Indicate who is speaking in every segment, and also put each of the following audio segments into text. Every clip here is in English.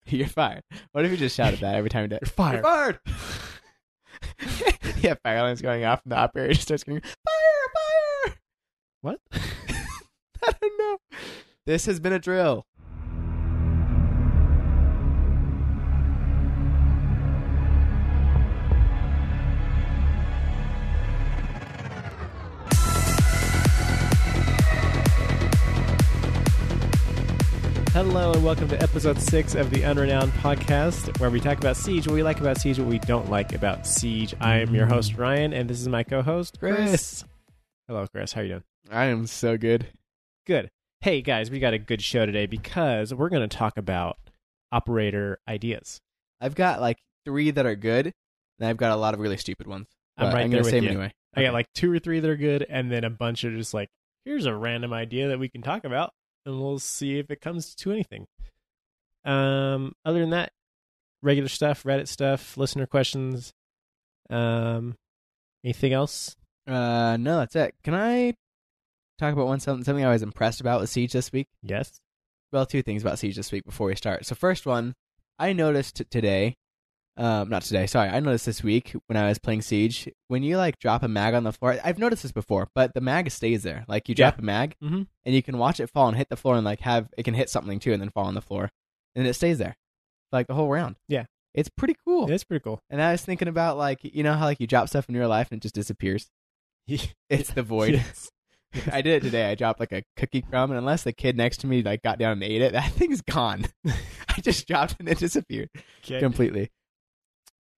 Speaker 1: You're fired. What if you just shouted that every time you did?
Speaker 2: You're fired.
Speaker 1: fired. yeah, fire alarm's going off, and the operator starts screaming, "Fire! Fire!"
Speaker 2: What?
Speaker 1: I don't know. This has been a drill.
Speaker 2: Hello and welcome to episode six of the Unrenowned Podcast, where we talk about Siege, what we like about Siege, what we don't like about Siege. I am your host Ryan, and this is my co-host
Speaker 1: Chris.
Speaker 2: Hello, Chris. How you doing?
Speaker 1: I am so good.
Speaker 2: Good. Hey guys, we got a good show today because we're going to talk about operator ideas.
Speaker 1: I've got like three that are good, and I've got a lot of really stupid ones.
Speaker 2: I'm
Speaker 1: But
Speaker 2: right
Speaker 1: I'm
Speaker 2: there
Speaker 1: gonna
Speaker 2: with
Speaker 1: say 'em
Speaker 2: you.
Speaker 1: anyway.
Speaker 2: I
Speaker 1: Okay.
Speaker 2: got like two or three that are good, and then a bunch of just like, here's a random idea that we can talk about, and we'll see if it comes to anything. Um, other than that, regular stuff, Reddit stuff, listener questions. Um, anything else?
Speaker 1: Uh, no, that's it. Can I talk about one something something I was impressed about with Siege this week?
Speaker 2: Yes.
Speaker 1: well, two things about Siege this week before we start. So, first one, I noticed t- today, um, not today, sorry, I noticed this week when I was playing Siege, when you like drop a mag on the floor, I've noticed this before, but the mag stays there. Like you
Speaker 2: Yeah.
Speaker 1: drop a mag
Speaker 2: Mhm.
Speaker 1: and you can watch it fall and hit the floor and like have it can hit something too and then fall on the floor and it stays there like the whole round.
Speaker 2: Yeah.
Speaker 1: It's pretty cool.
Speaker 2: That's pretty cool.
Speaker 1: And I was thinking about like, you know how like you drop stuff in real life and it just disappears? It's the void.
Speaker 2: Yes.
Speaker 1: I did it today. I dropped like a cookie crumb, and unless the kid next to me like got down and ate it, that thing's gone. I just dropped and it disappeared
Speaker 2: Okay.
Speaker 1: completely.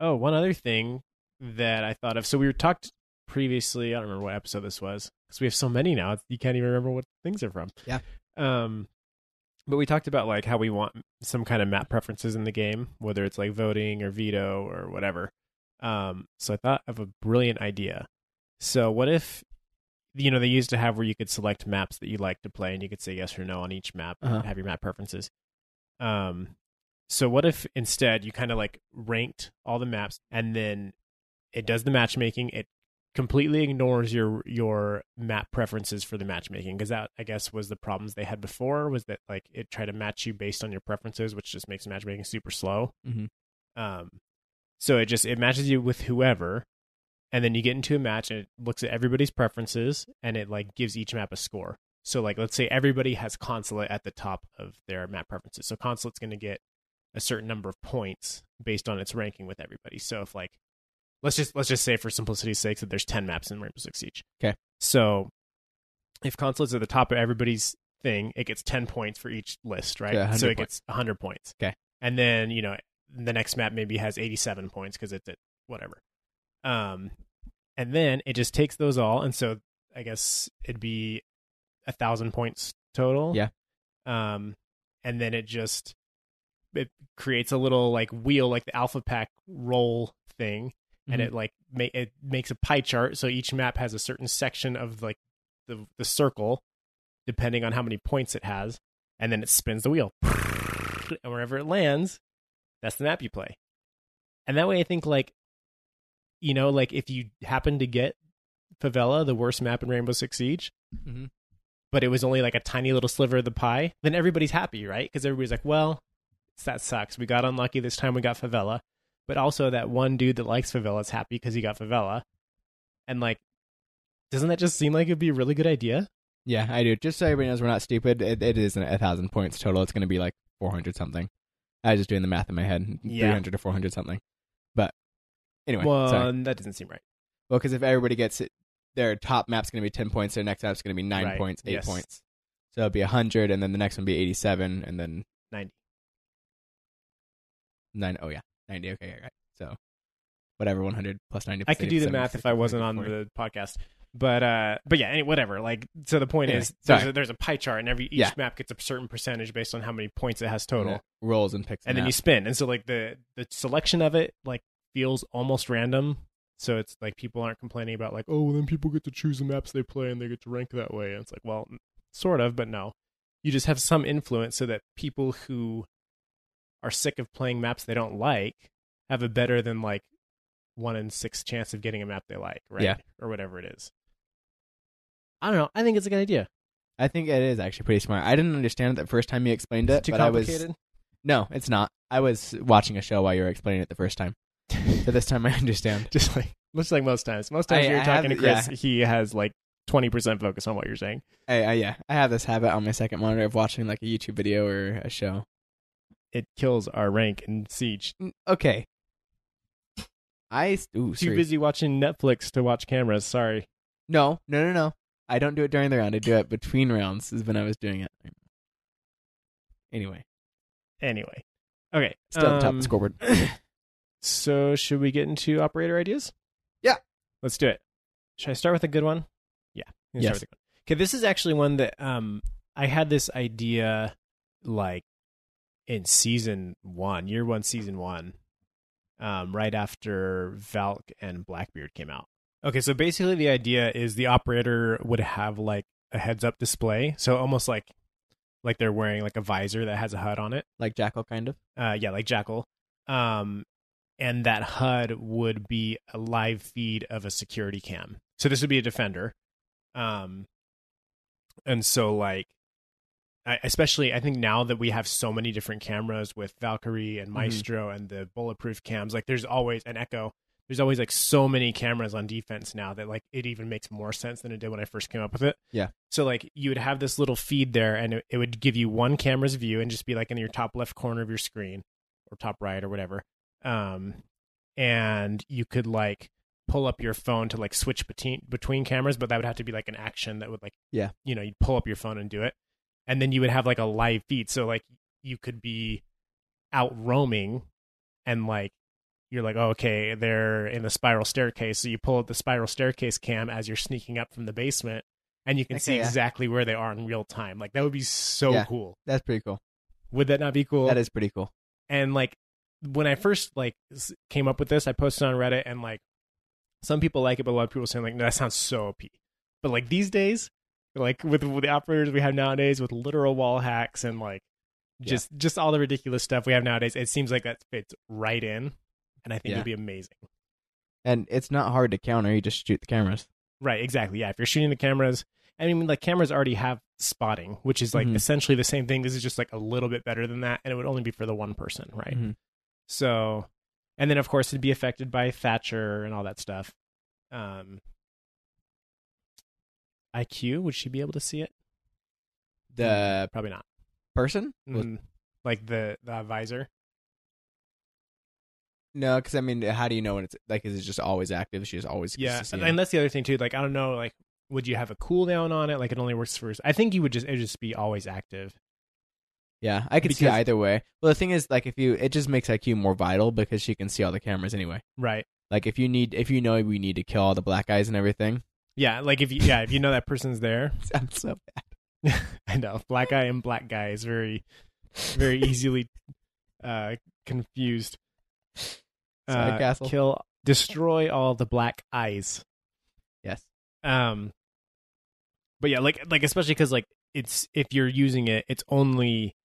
Speaker 2: Oh, one other thing that I thought of. So we were talked previously. I don't remember what episode this was because we have so many now. You can't even remember what things are from.
Speaker 1: Yeah.
Speaker 2: Um, but we talked about like how we want some kind of map preferences in the game, whether it's like voting or veto or whatever. Um, so I thought of a brilliant idea. So what if you know they used to have where you could select maps that you like to play and you could say yes or no on each map
Speaker 1: Uh-huh.
Speaker 2: and have your map preferences. Um, so what if instead you kind of like ranked all the maps and then it does the matchmaking. It completely ignores your your map preferences for the matchmaking because that I guess was the problems they had before was that like it tried to match you based on your preferences, which just makes matchmaking super slow.
Speaker 1: Mhm.
Speaker 2: Um, so it just it matches you with whoever, and then you get into a match and it looks at everybody's preferences and it like gives each map a score. So like let's say everybody has consulate at the top of their map preferences. So consulate's going to get a certain number of points based on its ranking with everybody. So if like let's just let's just say for simplicity's sake that there's 10 maps in Rainbow Six Siege.
Speaker 1: Okay.
Speaker 2: So if consulate's at the top of everybody's thing, it gets 10 points for each list, right?
Speaker 1: Yeah, 100
Speaker 2: so it
Speaker 1: points.
Speaker 2: gets 100 points.
Speaker 1: Okay.
Speaker 2: And then, you know, the next map maybe has 87 points cuz it's at whatever. Um and then it just takes those all and so I guess it'd be a 1000 points total.
Speaker 1: Yeah.
Speaker 2: Um and then it just it creates a little like wheel like the alpha pack roll thing and
Speaker 1: Mhm.
Speaker 2: it like ma- it makes a pie chart so each map has a certain section of like the the circle depending on how many points it has and then it spins the wheel and wherever it lands that's the map you play and that way i think like you know like if you happen to get favela the worst map in rainbow six siege
Speaker 1: Mhm.
Speaker 2: but it was only like a tiny little sliver of the pie then everybody's happy right because everybody's like well that sucks we got unlucky this time we got favela but also that one dude that likes favela is happy because he got favela and like doesn't that just seem like it'd be a really good idea
Speaker 1: yeah, I do. Just so everybody knows, we're not stupid. It, it isn't a thousand points total. It's going to be like four hundred something. I was just doing the math in my head,
Speaker 2: Yeah.
Speaker 1: three hundred to four hundred something. But anyway,
Speaker 2: well
Speaker 1: sorry.
Speaker 2: that doesn't seem right
Speaker 1: well, because if everybody gets it, their top map's going to be ten points, their next map's going to be nine
Speaker 2: Right.
Speaker 1: points, eight
Speaker 2: Yes.
Speaker 1: points. So it'll be hundred, and then the next one will be eighty-seven, and then
Speaker 2: 90
Speaker 1: nine oh yeah, ninety. Okay, yeah, right. So whatever, one hundred plus ninety.
Speaker 2: i could do the math if i wasn't on the podcast but uh but yeah any, whatever like so the point
Speaker 1: Anyway,
Speaker 2: is there's
Speaker 1: sorry.
Speaker 2: a, there's a pie chart and every each
Speaker 1: Yeah.
Speaker 2: map gets a certain percentage based on how many points it has total
Speaker 1: rolls and picks,
Speaker 2: and
Speaker 1: the
Speaker 2: then
Speaker 1: map.
Speaker 2: you spin and so like the the selection of it like feels almost random so it's like people aren't complaining about like oh then people get to choose the maps they play and they get to rank that way and it's like well n- sort of but no you just have some influence so that people who are sick of playing maps they don't like have a better than like one in six chance of getting a map they like right
Speaker 1: Yeah.
Speaker 2: or whatever it is i don't know i think it's a good idea
Speaker 1: I think it is actually pretty smart. I didn't understand it the first time you explained it,
Speaker 2: too
Speaker 1: but I was
Speaker 2: complicated
Speaker 1: No, it's not. I was watching a show while you were explaining it the first time. So this time I understand.
Speaker 2: just like much like most times. Most times
Speaker 1: I-
Speaker 2: you're
Speaker 1: I
Speaker 2: talking
Speaker 1: have-
Speaker 2: to Chris, he has like twenty percent focus on what you're saying.
Speaker 1: I, I, yeah, I have this habit on my second monitor of watching like a YouTube video or a show.
Speaker 2: It kills our rank in Siege.
Speaker 1: Mm, Okay. I s- ooh,
Speaker 2: Too
Speaker 1: sorry.
Speaker 2: busy watching Netflix to watch cameras. Sorry.
Speaker 1: No, no, no, no. I don't do it during the round. I do it between rounds. Is when I was doing it. Anyway,
Speaker 2: Anyway, okay.
Speaker 1: still at the top of
Speaker 2: um,
Speaker 1: the scoreboard.
Speaker 2: So should we get into operator ideas?
Speaker 1: Yeah.
Speaker 2: let's do it. Should I start with a good one? Yeah. I'm
Speaker 1: Yes.
Speaker 2: gonna start with a good one. Okay, this is actually one that um I had this idea like in season one, year one, season one, um, right after Valk and Blackbeard came out. Okay, so basically the idea is the operator would have like a heads up display, so almost like like they're wearing like a visor that has a HUD on it
Speaker 1: like Jackal, kind of.
Speaker 2: uh, yeah, like Jackal. Um, and that HUD would be a live feed of a security cam. So this would be a defender. Um, and so like, I, especially I think now that we have so many different cameras with Valkyrie and Maestro and the bulletproof cams, like there's always an Echo. There's always like so many cameras on defense now that like it even makes more sense than it did when I first came up with it. So like you would have this little feed there, and it, it would give you one camera's view, and just be like in your top left corner of your screen, or top right, or whatever. Um, and you could like pull up your phone to like switch between between cameras, but that would have to be like an action that would like
Speaker 1: Yeah.
Speaker 2: you know, you'd pull up your phone and do it, and then you would have like a live feed. So like you could be out roaming, and like you're like, oh, okay, they're in the spiral staircase. So you pull up the spiral staircase cam as you're sneaking up from the basement, and you can
Speaker 1: Okay,
Speaker 2: see
Speaker 1: yeah.
Speaker 2: exactly where they are in real time. Like that would be so
Speaker 1: Yeah.
Speaker 2: cool.
Speaker 1: That's pretty cool.
Speaker 2: Would that not be cool?
Speaker 1: That is pretty cool.
Speaker 2: and like when I first like s- came up with this, I posted on Reddit, and like some people like it, but a lot of people were saying like, no, that sounds so OP. But like these days, like with, with the operators we have nowadays, with literal wall hacks and like
Speaker 1: Yeah.
Speaker 2: just just all the ridiculous stuff we have nowadays, it seems like that fits right in, and I think
Speaker 1: Yeah.
Speaker 2: it'd be amazing.
Speaker 1: And it's not hard to counter. You just shoot the cameras.
Speaker 2: Right, exactly. Yeah, if you're shooting the cameras, I mean, like cameras already have spotting, which is like
Speaker 1: Mhm.
Speaker 2: essentially the same thing. This is just like a little bit better than that, and it would only be for the one person, right?
Speaker 1: Mhm.
Speaker 2: So, and then of course it'd be affected by Thatcher and all that stuff. Um, IQ, would she be able to see it?
Speaker 1: The
Speaker 2: Probably not.
Speaker 1: person? Well,
Speaker 2: Mm, like the the visor.
Speaker 1: no, because I mean, how do you know when it's like? Is it just always active? She's always
Speaker 2: Yeah,
Speaker 1: seeing
Speaker 2: and,
Speaker 1: it?
Speaker 2: that's the other thing too. Like I don't know, like would you have a cooldown on it? Like it only works for. I think you would just it would just be always active.
Speaker 1: Yeah, I could see
Speaker 2: Because-
Speaker 1: either way. Well, the thing is, like, if you, it just makes IQ more vital because she can see all the cameras anyway.
Speaker 2: Right.
Speaker 1: Like, if you need, if you know we need to kill all the black eyes and everything,
Speaker 2: Yeah, like if you yeah, if you know that person's there.
Speaker 1: sounds so
Speaker 2: I know. Black eye and black guy is very very easily uh confused. Uh,
Speaker 1: Sorry, Castle.
Speaker 2: Kill destroy all the black eyes.
Speaker 1: yes,
Speaker 2: Um But yeah, like like especially cuz like it's if you're using it, it's only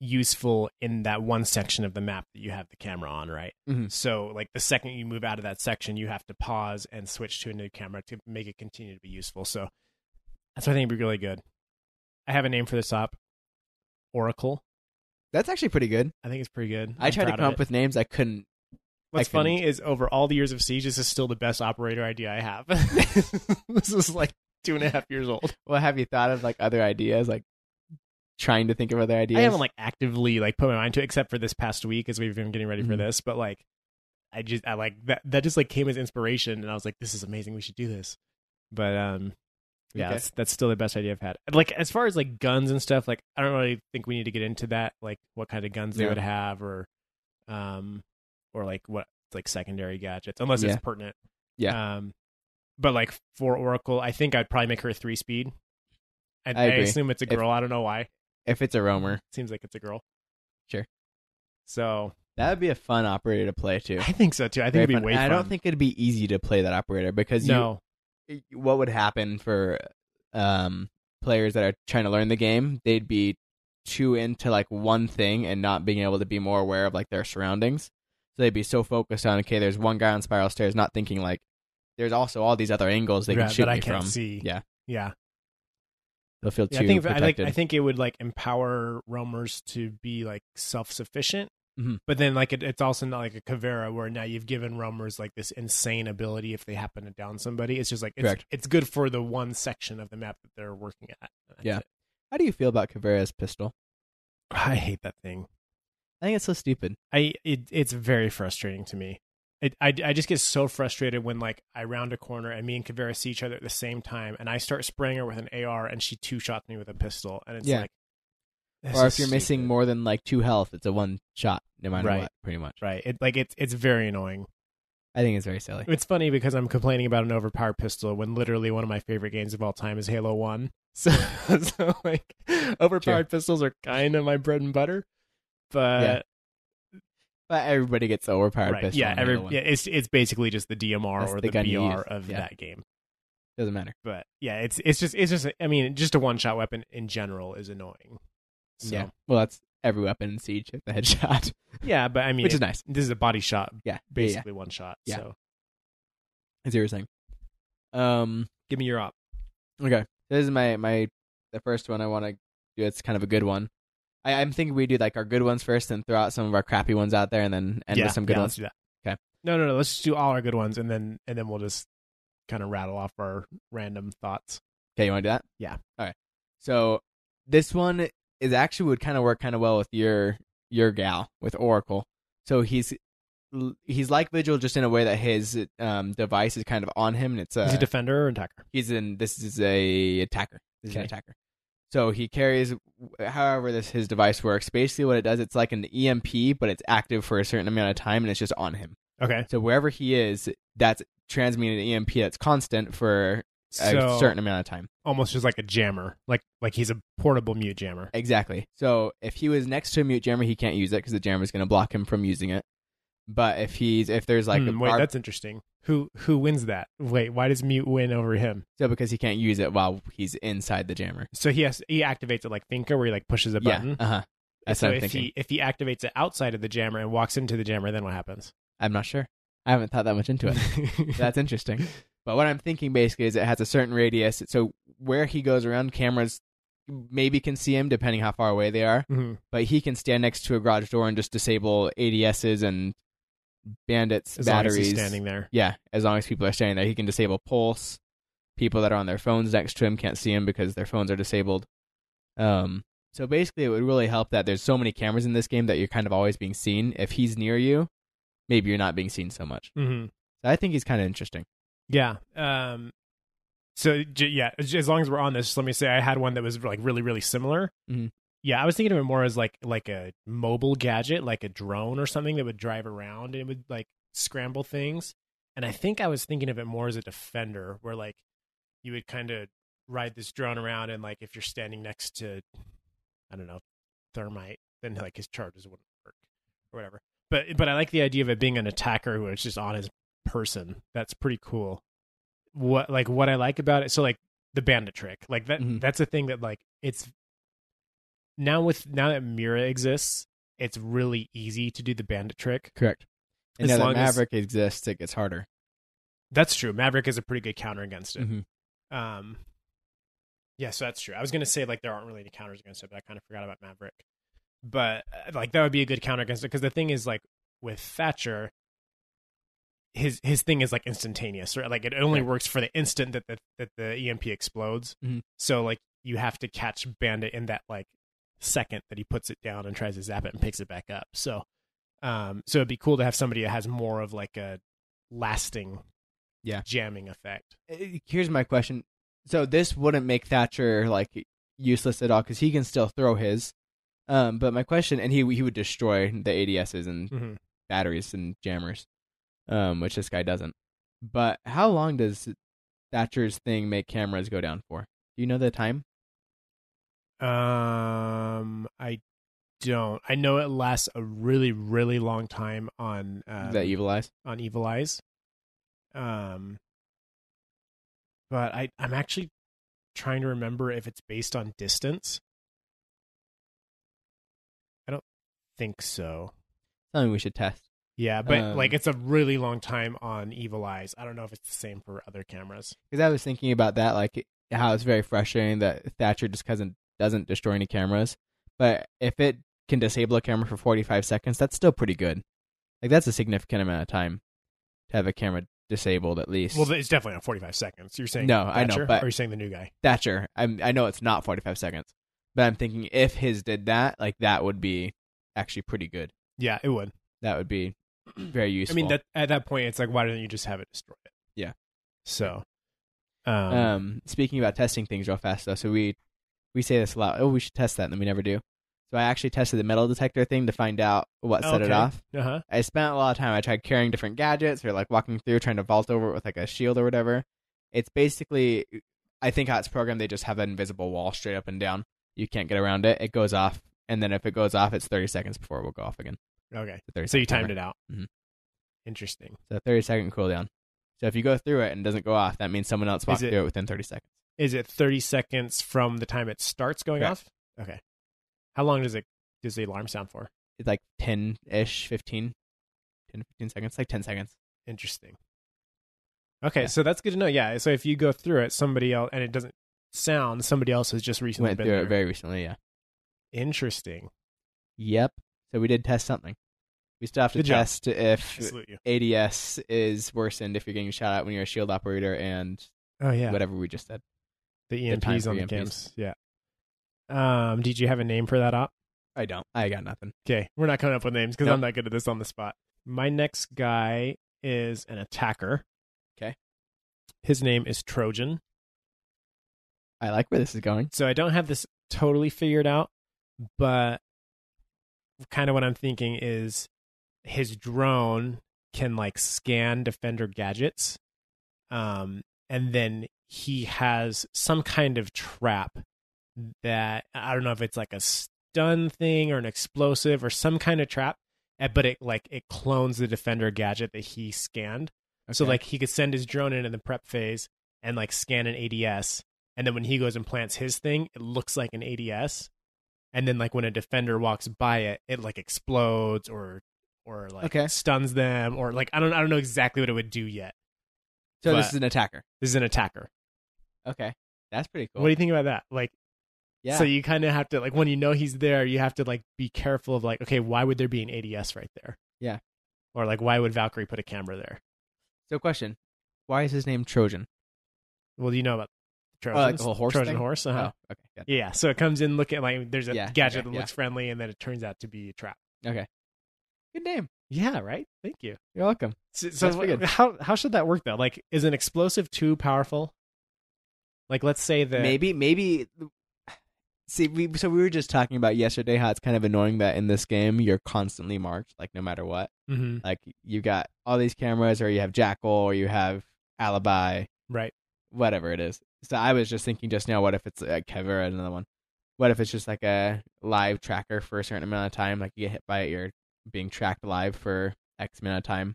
Speaker 2: useful in that one section of the map that you have the camera on, right?
Speaker 1: Mhm.
Speaker 2: So like the second you move out of that section, you have to pause and switch to a new camera to make it continue to be useful. So that's what I think would be really good. I have a name for this op. Oracle.
Speaker 1: that's actually pretty good.
Speaker 2: I think it's pretty good.
Speaker 1: i
Speaker 2: I'm
Speaker 1: tried to
Speaker 2: proud
Speaker 1: come up
Speaker 2: of it.
Speaker 1: with names, I couldn't.
Speaker 2: What's
Speaker 1: I couldn't.
Speaker 2: funny is over all the years of Siege, this is still the best operator idea I have. this is like two and a half years old.
Speaker 1: Well, have you thought of like other ideas, like trying to think of other ideas?
Speaker 2: I haven't like actively like put my mind to it, except for this past week as we've been getting ready for
Speaker 1: Mhm.
Speaker 2: this. But like, I just I like that that just like came as inspiration, and I was like, this is amazing. We should do this. But um, yeah,
Speaker 1: Okay.
Speaker 2: that's, that's still the best idea I've had. Like as far as like guns and stuff, like I don't really think we need to get into that. Like what kind of guns they
Speaker 1: Yeah.
Speaker 2: would have, or um, or like what like secondary gadgets, unless
Speaker 1: Yeah.
Speaker 2: it's pertinent.
Speaker 1: Yeah.
Speaker 2: Um, but like for Oracle, I think I'd probably make her a three speed. And
Speaker 1: I
Speaker 2: I,
Speaker 1: agree.
Speaker 2: assume it's a
Speaker 1: If-
Speaker 2: girl. I don't know why.
Speaker 1: if it's a roamer,
Speaker 2: Seems like it's a girl.
Speaker 1: Sure.
Speaker 2: So
Speaker 1: that would be a fun operator to play too.
Speaker 2: I think so too. I think
Speaker 1: Very
Speaker 2: it'd be
Speaker 1: fun.
Speaker 2: way
Speaker 1: And
Speaker 2: fun.
Speaker 1: I don't think it'd be easy to play that operator because you
Speaker 2: no.
Speaker 1: what would happen for um players that are trying to learn the game they'd be too into like one thing and not being able to be more aware of like their surroundings so they'd be so focused on okay there's one guy on spiral stairs not thinking like there's also all these other angles they
Speaker 2: yeah,
Speaker 1: can shoot
Speaker 2: that I
Speaker 1: me
Speaker 2: can't
Speaker 1: from
Speaker 2: see.
Speaker 1: Yeah.
Speaker 2: Yeah.
Speaker 1: They'll feel
Speaker 2: Yeah,
Speaker 1: too
Speaker 2: I think if- I like
Speaker 1: protected.
Speaker 2: I think it would like empower roamers to be like self sufficient.
Speaker 1: Mhm.
Speaker 2: But then like it, it's also not like a Cavera where now you've given roamers like this insane ability if they happen to down somebody. It's just like it's,
Speaker 1: Correct.
Speaker 2: it's good for the one section of the map that they're working at. That's
Speaker 1: Yeah.
Speaker 2: it.
Speaker 1: How do you feel about Caveira's pistol?
Speaker 2: I hate that thing.
Speaker 1: I think it's so stupid.
Speaker 2: I it, it's very frustrating to me. It, I I just get so frustrated when like I round a corner and me and Kavera see each other at the same time and I start spraying her with an AR and she two shots me with a pistol and it's
Speaker 1: Yeah.
Speaker 2: like this
Speaker 1: or
Speaker 2: is
Speaker 1: if you're missing
Speaker 2: stupid.
Speaker 1: more than like two health, it's a one shot, no matter
Speaker 2: Right.
Speaker 1: what, pretty much.
Speaker 2: right it like it's it's very annoying.
Speaker 1: I think it's very silly.
Speaker 2: It's funny because I'm complaining about an overpowered pistol when literally one of my favorite games of all time is Halo One. So so like overpowered pistols are kind of my bread and butter, but.
Speaker 1: Yeah. But everybody gets the overpowered
Speaker 2: Right.
Speaker 1: pistol.
Speaker 2: Yeah,
Speaker 1: in the
Speaker 2: every,
Speaker 1: other one.
Speaker 2: yeah, it's it's basically just the DMR
Speaker 1: That's
Speaker 2: or
Speaker 1: the
Speaker 2: the,
Speaker 1: gun you
Speaker 2: BR
Speaker 1: use.
Speaker 2: of
Speaker 1: Yeah.
Speaker 2: that game.
Speaker 1: Doesn't matter.
Speaker 2: But yeah, it's it's just it's just I mean, just a one shot weapon in general is annoying. So,
Speaker 1: Yeah. Well, that's every weapon in Siege, the headshot,
Speaker 2: yeah, but I mean,
Speaker 1: which is
Speaker 2: it-
Speaker 1: nice.
Speaker 2: this is a body shot,
Speaker 1: Yeah. yeah, yeah.
Speaker 2: basically one shot.
Speaker 1: Yeah.
Speaker 2: So
Speaker 1: As you were saying. Um.
Speaker 2: give me your op.
Speaker 1: Okay. This is my my the first one I want to do. It's kind of a good one. I, I'm thinking we do like our good ones first, and throw out some of our crappy ones out there, and then end
Speaker 2: yeah,
Speaker 1: with some good
Speaker 2: yeah, Let's
Speaker 1: ones.
Speaker 2: do that.
Speaker 1: Okay.
Speaker 2: No, no, no. Let's just do all our good ones, and then and then we'll just kind of rattle off our random thoughts.
Speaker 1: Okay, you want to do that?
Speaker 2: Yeah.
Speaker 1: All right. So this one is actually would kind of work kind of well with your your gal with Oracle. So he's he's like Vigil just in a way that his um, device is kind of on him, and it's a
Speaker 2: is he defender or attacker?
Speaker 1: he's in this is a attacker. This is an
Speaker 2: Okay.
Speaker 1: attacker. So he carries however this his device works. Basically what it does it's like an EMP but it's active for a certain amount of time and it's just on him.
Speaker 2: Okay.
Speaker 1: So wherever he is that's transmitting an EMP that's constant for a
Speaker 2: So
Speaker 1: certain amount of time.
Speaker 2: almost just like a jammer, like like he's a portable mute jammer.
Speaker 1: Exactly. So if he was next to a mute jammer he can't use it because the jammer is going to block him from using it. But if he's if there's like a
Speaker 2: Hmm, wait,
Speaker 1: bar-
Speaker 2: that's interesting. Who who wins that? Wait, why does mute win over him?
Speaker 1: so because he can't use it while he's inside the jammer.
Speaker 2: So he has he activates it like Finca, where he like pushes a button.
Speaker 1: Yeah. Uh-huh. That's
Speaker 2: so
Speaker 1: what I'm
Speaker 2: if
Speaker 1: thinking.
Speaker 2: he if he activates it outside of the jammer and walks into the jammer, then what happens?
Speaker 1: I'm not sure. I haven't thought that much into it. That's interesting. But what I'm thinking basically is it has a certain radius, so where he goes around, cameras maybe can see him depending how far away they are.
Speaker 2: Mhm.
Speaker 1: But he can stand next to a garage door and just disable ADSs and bandits
Speaker 2: as long as
Speaker 1: batteries.
Speaker 2: he's standing there.
Speaker 1: Yeah, as long as people are standing there, he can disable pulse. People that are on their phones next to him can't see him because their phones are disabled. Um, so basically, it would really help that there's so many cameras in this game that you're kind of always being seen. If he's near you, maybe you're not being seen so much.
Speaker 2: hmm
Speaker 1: So I think he's kind of interesting.
Speaker 2: Yeah. Um. So j- yeah, as as long as we're on this, just let me say I had one that was like really really similar.
Speaker 1: Mhm.
Speaker 2: Yeah, I was thinking of it more as like like a mobile gadget, like a drone or something that would drive around and it would like scramble things. And I think I was thinking of it more as a defender, where like you would kind of ride this drone around, and like if you're standing next to, I don't know, thermite, then like his charges wouldn't work or whatever. But but I like the idea of it being an attacker who is just on his person. That's pretty cool. What like what I like about it? So like the bandit trick, like that
Speaker 1: Mhm.
Speaker 2: that's a thing that like it's now with now that Mira exists, it's really easy to do the bandit trick.
Speaker 1: Correct. And
Speaker 2: As
Speaker 1: now that
Speaker 2: long as-
Speaker 1: Maverick exists, it gets harder.
Speaker 2: That's true. Maverick is a pretty good counter against it.
Speaker 1: Mhm.
Speaker 2: Um, yeah, so that's true. I was gonna say like there aren't really any counters against it, but I kind of forgot about Maverick. But uh, like that would be a good counter against it because the thing is like with Thatcher, his his thing is like instantaneous, right? Like it only works for the instant that the that the EMP explodes.
Speaker 1: Mhm.
Speaker 2: So like you have to catch Bandit in that like second that he puts it down and tries to zap it and picks it back up. So um, so it'd be cool to have somebody that has more of like a lasting
Speaker 1: Yeah.
Speaker 2: jamming effect.
Speaker 1: Uh, Here's my question. So this wouldn't make Thatcher like useless at all because he can still throw his. Um, but my question, and he he would destroy the ADSs and
Speaker 2: Mm-hmm.
Speaker 1: batteries and jammers, um, which this guy doesn't. But how long does Thatcher's thing make cameras go down for? Do you know the time?
Speaker 2: Um, I don't. I know it lasts a really, really long time on um,
Speaker 1: that evil eyes?
Speaker 2: on Evil Eyes. Um, but I I'm actually trying to remember if it's based on distance. I don't think so.
Speaker 1: Something we should test.
Speaker 2: Yeah, but
Speaker 1: Um,
Speaker 2: like it's a really long time on Evil Eyes. I don't know if it's the same for other cameras.
Speaker 1: Because I was thinking about that, like how it's very frustrating that Thatcher just doesn't doesn't destroy any cameras. But if it can disable a camera for 45 seconds, that's still pretty good. Like that's a significant amount of time to have a camera disabled at least.
Speaker 2: Well, it's definitely not 45 seconds. You're saying
Speaker 1: No, I know,
Speaker 2: Thatcher,
Speaker 1: but-
Speaker 2: or you're saying the new guy.
Speaker 1: Thatcher, I'm, I know it's not 45 seconds, but I'm thinking if his did that, like that would be actually pretty good.
Speaker 2: Yeah, it would.
Speaker 1: That would be very useful.
Speaker 2: I mean, that at that point, it's like, why don't you just have it destroy it?
Speaker 1: Yeah.
Speaker 2: So, um,
Speaker 1: Um, speaking about testing things real fast though, so we we say this a lot. Oh, we should test that, and then we never do. So I actually tested the metal detector thing to find out what set it
Speaker 2: Okay.
Speaker 1: off.
Speaker 2: uh huh.
Speaker 1: I spent a lot of time. I tried carrying different gadgets or like walking through, trying to vault over it with like a shield or whatever. It's basically, I think how it's programmed, they just have an invisible wall straight up and down. You can't get around it. It goes off, and then if it goes off, it's 30 seconds before it will go off again.
Speaker 2: Okay.
Speaker 1: The 30
Speaker 2: So you timed it out.
Speaker 1: Mhm.
Speaker 2: Interesting.
Speaker 1: So 30 second cooldown. So if you go through it and it doesn't go off, that means someone else walked
Speaker 2: it-
Speaker 1: through it within 30 seconds.
Speaker 2: Is it 30 seconds from the time it starts going
Speaker 1: Correct.
Speaker 2: off? Okay. How long does it does the alarm sound for?
Speaker 1: It's like 10 ish, 15, 10, 15 seconds, like 10 seconds.
Speaker 2: Interesting. Okay,
Speaker 1: Yeah.
Speaker 2: so that's good to know. Yeah, so if you go through it, somebody else and it doesn't sound, somebody else has just recently
Speaker 1: Went
Speaker 2: been
Speaker 1: through
Speaker 2: there.
Speaker 1: it very recently, yeah.
Speaker 2: Interesting.
Speaker 1: Yep. So we did test something. We still have to
Speaker 2: Good job.
Speaker 1: test
Speaker 2: I
Speaker 1: if
Speaker 2: salute you.
Speaker 1: ADS is worsened if you're getting shot at when you're a shield operator and
Speaker 2: Oh yeah,
Speaker 1: whatever we just said.
Speaker 2: the
Speaker 1: time
Speaker 2: EMPs
Speaker 1: for E
Speaker 2: on the
Speaker 1: EMPs.
Speaker 2: cams. Yeah. Um, did you have a name for that op?
Speaker 1: I don't. I got nothing.
Speaker 2: Okay, we're not coming up with names because
Speaker 1: Nope.
Speaker 2: I'm not good at this on the spot. My next guy is an attacker.
Speaker 1: Okay.
Speaker 2: His name is Trojan.
Speaker 1: I like where this is going.
Speaker 2: So I don't have this totally figured out, but kind of what I'm thinking is his drone can like scan defender gadgets. Um and then he has some kind of trap that I don't know if it's like a stun thing or an explosive or some kind of trap, eh, but it like it clones the defender gadget that he scanned. So
Speaker 1: Okay.
Speaker 2: like he could send his drone in in the prep phase and like scan an ADS, and then when he goes and plants his thing, it looks like an ADS, and then like when a defender walks by it, it like explodes or or like
Speaker 1: Okay.
Speaker 2: stuns them or like I don't I don't know exactly what it would do yet.
Speaker 1: so this
Speaker 2: but-
Speaker 1: is an attacker.
Speaker 2: This is an attacker.
Speaker 1: Okay, that's pretty cool.
Speaker 2: What do you think about that? Like
Speaker 1: yeah.
Speaker 2: so you kind of have to like when you know he's there, you have to like be careful of like okay, why would there be an ADS right there?
Speaker 1: Yeah.
Speaker 2: Or like why would Valkyrie put a camera there?
Speaker 1: so question: Why is his name Trojan?
Speaker 2: Well, you know about Trojans,
Speaker 1: Oh, like the whole horse
Speaker 2: Trojan
Speaker 1: thing?
Speaker 2: horse. Uh-huh.
Speaker 1: Oh, okay. Got
Speaker 2: Yeah, so it comes in looking like there's a
Speaker 1: Yeah,
Speaker 2: gadget
Speaker 1: okay,
Speaker 2: that looks friendly, and then it turns out to be a trap.
Speaker 1: it. Okay. Good name.
Speaker 2: Yeah, right. Thank you.
Speaker 1: You're welcome.
Speaker 2: So,
Speaker 1: That's pretty
Speaker 2: so
Speaker 1: good.
Speaker 2: how how should that work though? Like, is an explosive too powerful? Like, let's say that
Speaker 1: Maybe, maybe. See, we so we were just talking about yesterday how it's kind of annoying that in this game you're constantly marked, like no matter what.
Speaker 2: Mhm,
Speaker 1: Like you got all these cameras, or you have Jackal, or you have Alibi,
Speaker 2: right.
Speaker 1: whatever it is. So I was just thinking just now, what if it's a cover and another one? What if it's just like a live tracker for a certain amount of time? Like you get hit by it, you're being tracked live for X amount of time.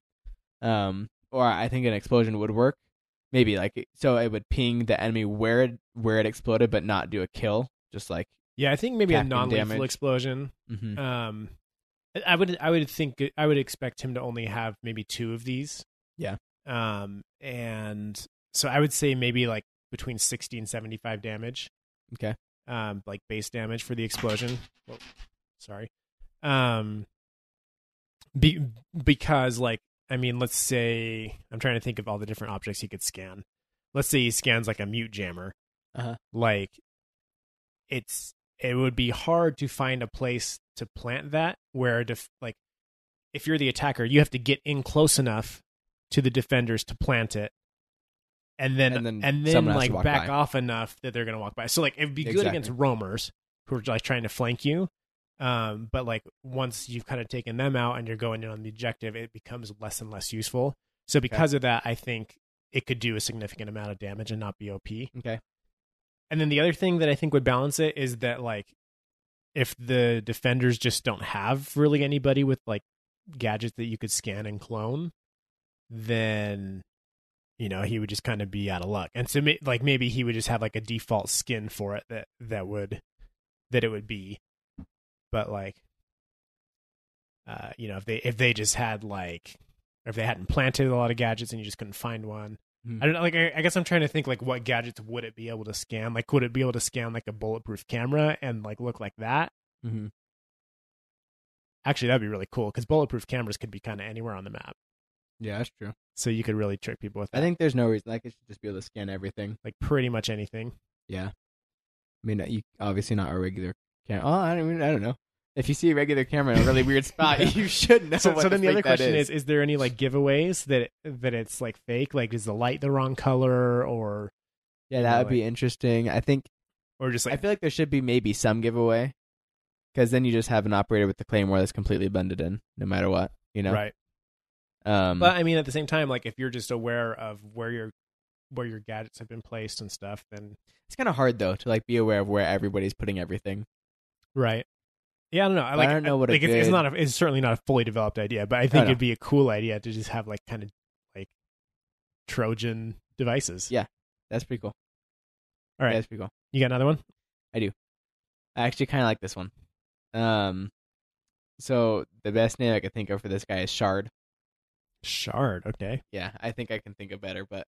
Speaker 1: Um, or I think an explosion would work. Maybe like so it would ping the enemy where it where it exploded, but not do a kill. Just like
Speaker 2: Yeah, I think maybe a
Speaker 1: Packing
Speaker 2: non-lethal
Speaker 1: damage.
Speaker 2: explosion.
Speaker 1: mhm.
Speaker 2: Um, I- I would I would think I would expect him to only have maybe two of these.
Speaker 1: Yeah.
Speaker 2: Um, and so I would say maybe like between sixty and seventy-five damage.
Speaker 1: Okay.
Speaker 2: Um, like base damage for the explosion. Whoa, sorry. Um, be, because like I mean, let's say I'm trying to think of all the different objects he could scan. Let's say he scans like a mute jammer.
Speaker 1: Uh-huh.
Speaker 2: Like it's it would be hard to find a place to plant that where a def- like if you're the attacker, you have to get in close enough to the defenders to plant it. And then
Speaker 1: And
Speaker 2: and
Speaker 1: then
Speaker 2: then,
Speaker 1: someone has to
Speaker 2: like
Speaker 1: walk
Speaker 2: back
Speaker 1: by.
Speaker 2: off enough that they're going to walk by. So like it would be good
Speaker 1: Exactly.
Speaker 2: against roamers who are like trying to flank you. Um, but like once you've kind of taken them out and you're going in on the objective, it becomes less and less useful. So because of that, I think it could do a significant amount of damage and not be OP.
Speaker 1: Okay.
Speaker 2: And then the other thing that I think would balance it is that like if the defenders just don't have really anybody with like gadgets that you could scan and clone, then you know he would just kind of be out of luck. And so ma- like maybe he would just have like a default skin for it that that would that it would be, but like uh you know if they if they just had like if they hadn't planted a lot of gadgets and you just couldn't find one
Speaker 1: Hmm.
Speaker 2: I don't know. Like, I, I guess I'm trying to think like what gadgets would it be able to scan? Like, would it be able to scan like a bulletproof camera and like look like that?
Speaker 1: Mhm.
Speaker 2: Actually, that'd be really cool because bulletproof cameras could be kind of anywhere on the map,
Speaker 1: Yeah, that's true.
Speaker 2: so you could really trick people with that.
Speaker 1: I think there's no reason. Like, it should just be able to scan everything.
Speaker 2: like pretty much anything.
Speaker 1: Yeah. I mean, you obviously not a regular camera. Oh, I don't, I don't know. If you see a regular camera in a really weird spot,
Speaker 2: Yeah.
Speaker 1: you should know.
Speaker 2: So,
Speaker 1: what
Speaker 2: so then the
Speaker 1: freak
Speaker 2: other
Speaker 1: that
Speaker 2: question is. is: there any like giveaways that that it's like fake? Like, is the light the wrong color, or
Speaker 1: yeah,
Speaker 2: you
Speaker 1: that
Speaker 2: know,
Speaker 1: would be interesting. I think
Speaker 2: or just
Speaker 1: I
Speaker 2: like
Speaker 1: feel like there should be maybe some giveaway, because then you just have an operator with the claymore that's completely blended in, no matter what. You know,
Speaker 2: right?
Speaker 1: Um,
Speaker 2: But I mean, at the same time, like if you're just aware of where your where your gadgets have been placed and stuff, then
Speaker 1: it's kind of hard though to like be aware of where everybody's putting everything.
Speaker 2: right. Yeah, I don't know. I
Speaker 1: But
Speaker 2: like.
Speaker 1: I don't know what a
Speaker 2: like it's, it's
Speaker 1: good-
Speaker 2: not. A, it's certainly not a fully developed idea, but I
Speaker 1: no.
Speaker 2: think it'd be a cool idea to just have like kind of like Trojan devices.
Speaker 1: Yeah. That's pretty cool.
Speaker 2: All right.
Speaker 1: Yeah, that's pretty cool.
Speaker 2: You got another one?
Speaker 1: I actually kind of like this one. Um, so the best name I could think of for this guy is Shard.
Speaker 2: Shard. Okay.
Speaker 1: Yeah, I think I can think of better. But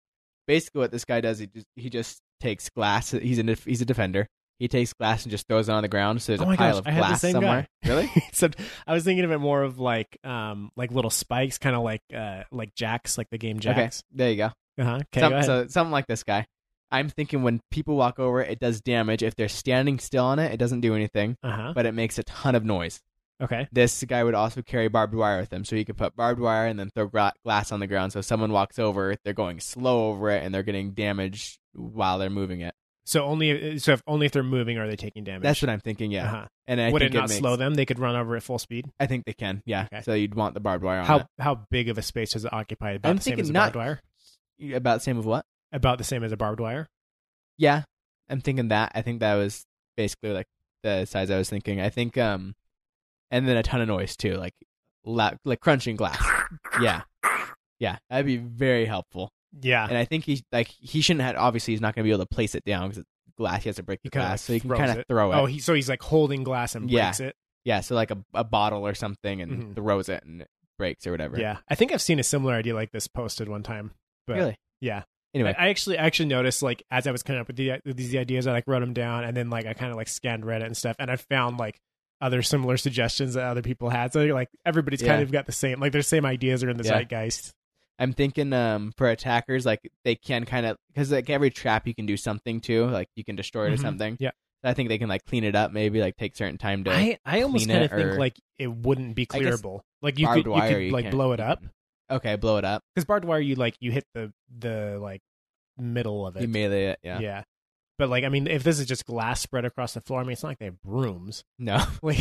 Speaker 1: basically, what this guy does, he just, he just takes glass. He's a def- he's a defender. He takes glass and just throws it on the ground. So there's
Speaker 2: Oh
Speaker 1: a
Speaker 2: my
Speaker 1: pile
Speaker 2: gosh,
Speaker 1: of
Speaker 2: I had the
Speaker 1: glass
Speaker 2: same
Speaker 1: somewhere. Really?
Speaker 2: Except I was thinking of it more of like um like little spikes, kind of like uh like jacks, like the game jacks.
Speaker 1: Okay, there you go.
Speaker 2: Uh huh. Okay.
Speaker 1: Some-
Speaker 2: go ahead.
Speaker 1: so something like this guy. I'm thinking when people walk over, it does damage. If they're standing still on it, it doesn't do anything,
Speaker 2: uh huh.
Speaker 1: but it makes a ton of noise.
Speaker 2: Okay.
Speaker 1: This guy would also carry barbed wire with him, so he could put barbed wire and then throw gra- glass on the ground. So if someone walks over, they're going slow over it and they're getting damage while they're moving it.
Speaker 2: So only so if only if they're moving are they taking damage.
Speaker 1: That's what I'm thinking. Yeah,
Speaker 2: Uh-huh.
Speaker 1: and I
Speaker 2: Would
Speaker 1: think
Speaker 2: it not
Speaker 1: makes-
Speaker 2: slow them? They could run over at full speed.
Speaker 1: I think they can. Yeah.
Speaker 2: Okay.
Speaker 1: So you'd want the barbed wire on
Speaker 2: How
Speaker 1: it.
Speaker 2: how big of a space does it occupy? About
Speaker 1: I'm
Speaker 2: the same
Speaker 1: thinking
Speaker 2: as a
Speaker 1: not-
Speaker 2: barbed wire.
Speaker 1: You- About same of what?
Speaker 2: About the same as a barbed wire.
Speaker 1: Yeah, I'm thinking that. I think that was basically like the size I was thinking. I think um, and then a ton of noise too, like loud, like crunching glass. Yeah, yeah, that'd be very helpful.
Speaker 2: Yeah.
Speaker 1: And I think he like he shouldn't have. Obviously, he's not gonna be able to place it down because it's glass. He has to break the
Speaker 2: He kinda,
Speaker 1: glass,
Speaker 2: like,
Speaker 1: so he can
Speaker 2: throws
Speaker 1: kind of
Speaker 2: it.
Speaker 1: throw it.
Speaker 2: oh, he, so he's like holding glass and
Speaker 1: Yeah.
Speaker 2: breaks it.
Speaker 1: yeah, so like a a bottle or something, and
Speaker 2: Mhm.
Speaker 1: throws it and it breaks or whatever.
Speaker 2: Yeah. I think I've seen a similar idea like this posted one time. But
Speaker 1: really.
Speaker 2: yeah.
Speaker 1: Anyway,
Speaker 2: I I actually I actually noticed like as I was coming up with, the, with these ideas, I like wrote them down and then like I kind of like scanned Reddit and stuff, and I found like other similar suggestions that other people had. So like everybody's kind
Speaker 1: Yeah.
Speaker 2: of got the same like their same ideas are in the
Speaker 1: Yeah.
Speaker 2: zeitgeist.
Speaker 1: I'm thinking um for attackers like they can kind of because like every trap you can do something to like you can destroy it
Speaker 2: Mhm.
Speaker 1: or something.
Speaker 2: Yeah.
Speaker 1: I think they can like clean it up maybe like take certain time to
Speaker 2: I, I almost
Speaker 1: clean
Speaker 2: kind
Speaker 1: it
Speaker 2: of think
Speaker 1: or-
Speaker 2: like it wouldn't be
Speaker 1: I guess
Speaker 2: clearable. Like you
Speaker 1: barbed
Speaker 2: could, you
Speaker 1: wire.
Speaker 2: could like
Speaker 1: can't-
Speaker 2: blow it
Speaker 1: you
Speaker 2: up
Speaker 1: can- Okay, blow it up.
Speaker 2: because barbed wire you like you hit the the like middle of it.
Speaker 1: You melee it. Yeah.
Speaker 2: But like I mean, if this is just glass spread across the floor, I mean it's not like they have brooms.
Speaker 1: No. Like,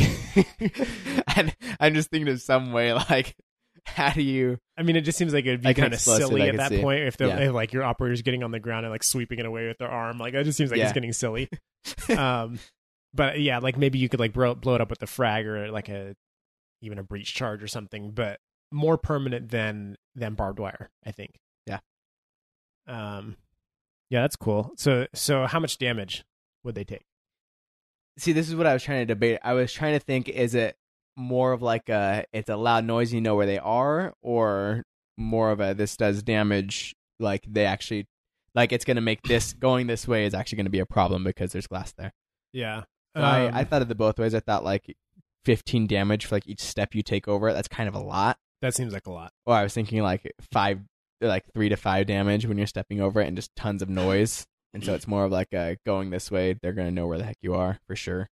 Speaker 1: I'm, I'm just thinking of some way like how do you?
Speaker 2: I mean, it just seems like it would be
Speaker 1: Like an
Speaker 2: kind of
Speaker 1: explosive,
Speaker 2: silly
Speaker 1: I
Speaker 2: at
Speaker 1: could
Speaker 2: that
Speaker 1: see.
Speaker 2: point if, the,
Speaker 1: Yeah.
Speaker 2: if like your operator's getting on the ground and like sweeping it away with their arm. Like that just seems like it's
Speaker 1: Yeah.
Speaker 2: getting silly. um, but yeah, like maybe you could like blow, blow it up with the frag or like a even a breach charge or something. But more permanent than than barbed wire, I think.
Speaker 1: Yeah.
Speaker 2: Um, yeah, that's cool. So so how much damage would they take?
Speaker 1: See, this is what I was trying to debate. I was trying to think: is it more of like a it's a loud noise you know where they are, or more of a this does damage like they actually like it's going to make this going this way is actually going to be a problem because there's glass there.
Speaker 2: Yeah.
Speaker 1: So
Speaker 2: um,
Speaker 1: I, I thought of the both ways. I thought like 15 damage for like each step you take over. it. That's kind of a lot.
Speaker 2: that seems like a lot.
Speaker 1: Or Oh, I was thinking like five, like three to five damage when you're stepping over it, and just tons of noise. And
Speaker 2: Mm.
Speaker 1: so it's more of like a going this way. They're gonna know where the heck you are for sure.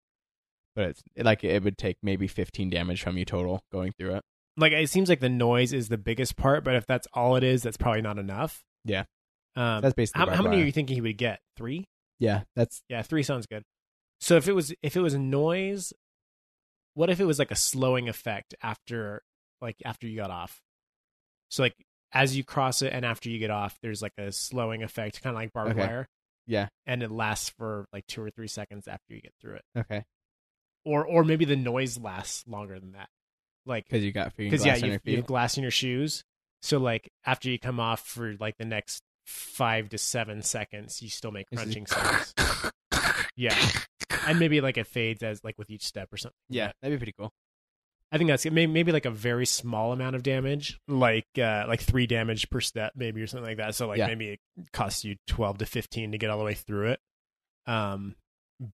Speaker 1: But it's like it would take maybe 15 damage from you total going through it.
Speaker 2: like it seems like the noise is the biggest part, but if that's all it is, that's probably not enough.
Speaker 1: Yeah.
Speaker 2: Um,
Speaker 1: That's basically
Speaker 2: how,
Speaker 1: barbed
Speaker 2: how many
Speaker 1: wire.
Speaker 2: are you thinking he would get? Three?
Speaker 1: Yeah, that's
Speaker 2: Yeah, three sounds good. So if it was if it was noise, what if it was like a slowing effect after like after you got off? So like as you cross it and after you get off, there's like a slowing effect, kind of like barbed
Speaker 1: Okay.
Speaker 2: wire.
Speaker 1: Yeah.
Speaker 2: and it lasts for like two or three seconds after you get through it,
Speaker 1: okay
Speaker 2: or or maybe the noise lasts longer than that. Like
Speaker 1: because you got freaking
Speaker 2: because
Speaker 1: glass on
Speaker 2: yeah, you
Speaker 1: your
Speaker 2: have, you
Speaker 1: feet.
Speaker 2: have glass in your shoes. So like after you come off for like the next five to seven seconds, you still make
Speaker 1: It's
Speaker 2: crunching
Speaker 1: just-
Speaker 2: sounds. Yeah, and maybe like it fades as like with each step or something.
Speaker 1: yeah, that'd be pretty cool.
Speaker 2: I think that's maybe, maybe like a very small amount of damage, like uh, like three damage per step, maybe or something like that. So like
Speaker 1: Yeah.
Speaker 2: maybe it costs you twelve to fifteen to get all the way through it. Um,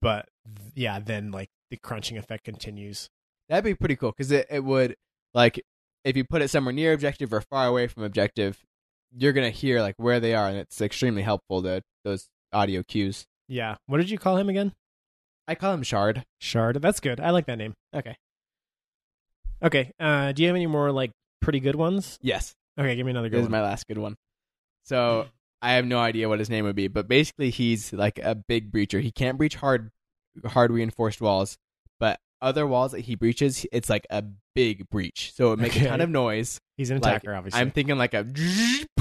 Speaker 2: but th- yeah, then like the crunching effect continues.
Speaker 1: That'd be pretty cool because it, it would like if you put it somewhere near objective or far away from objective, you're gonna hear like where they are, and it's extremely helpful to those audio cues.
Speaker 2: Yeah, what did you call him again?
Speaker 1: I call him shard.
Speaker 2: Shard. That's good. I like that name.
Speaker 1: Okay.
Speaker 2: Okay. Uh, do you have any more like pretty good ones?
Speaker 1: Yes,
Speaker 2: Okay, give me another
Speaker 1: this
Speaker 2: good
Speaker 1: is
Speaker 2: one.
Speaker 1: my last good one. So I have no idea what his name would be, but basically he's like a big breacher. He can't breach hard, hard reinforced walls, but other walls that he breaches, it's like a big breach. So it makes
Speaker 2: Okay.
Speaker 1: a ton of noise.
Speaker 2: He's an
Speaker 1: like,
Speaker 2: attacker, obviously.
Speaker 1: I'm thinking like a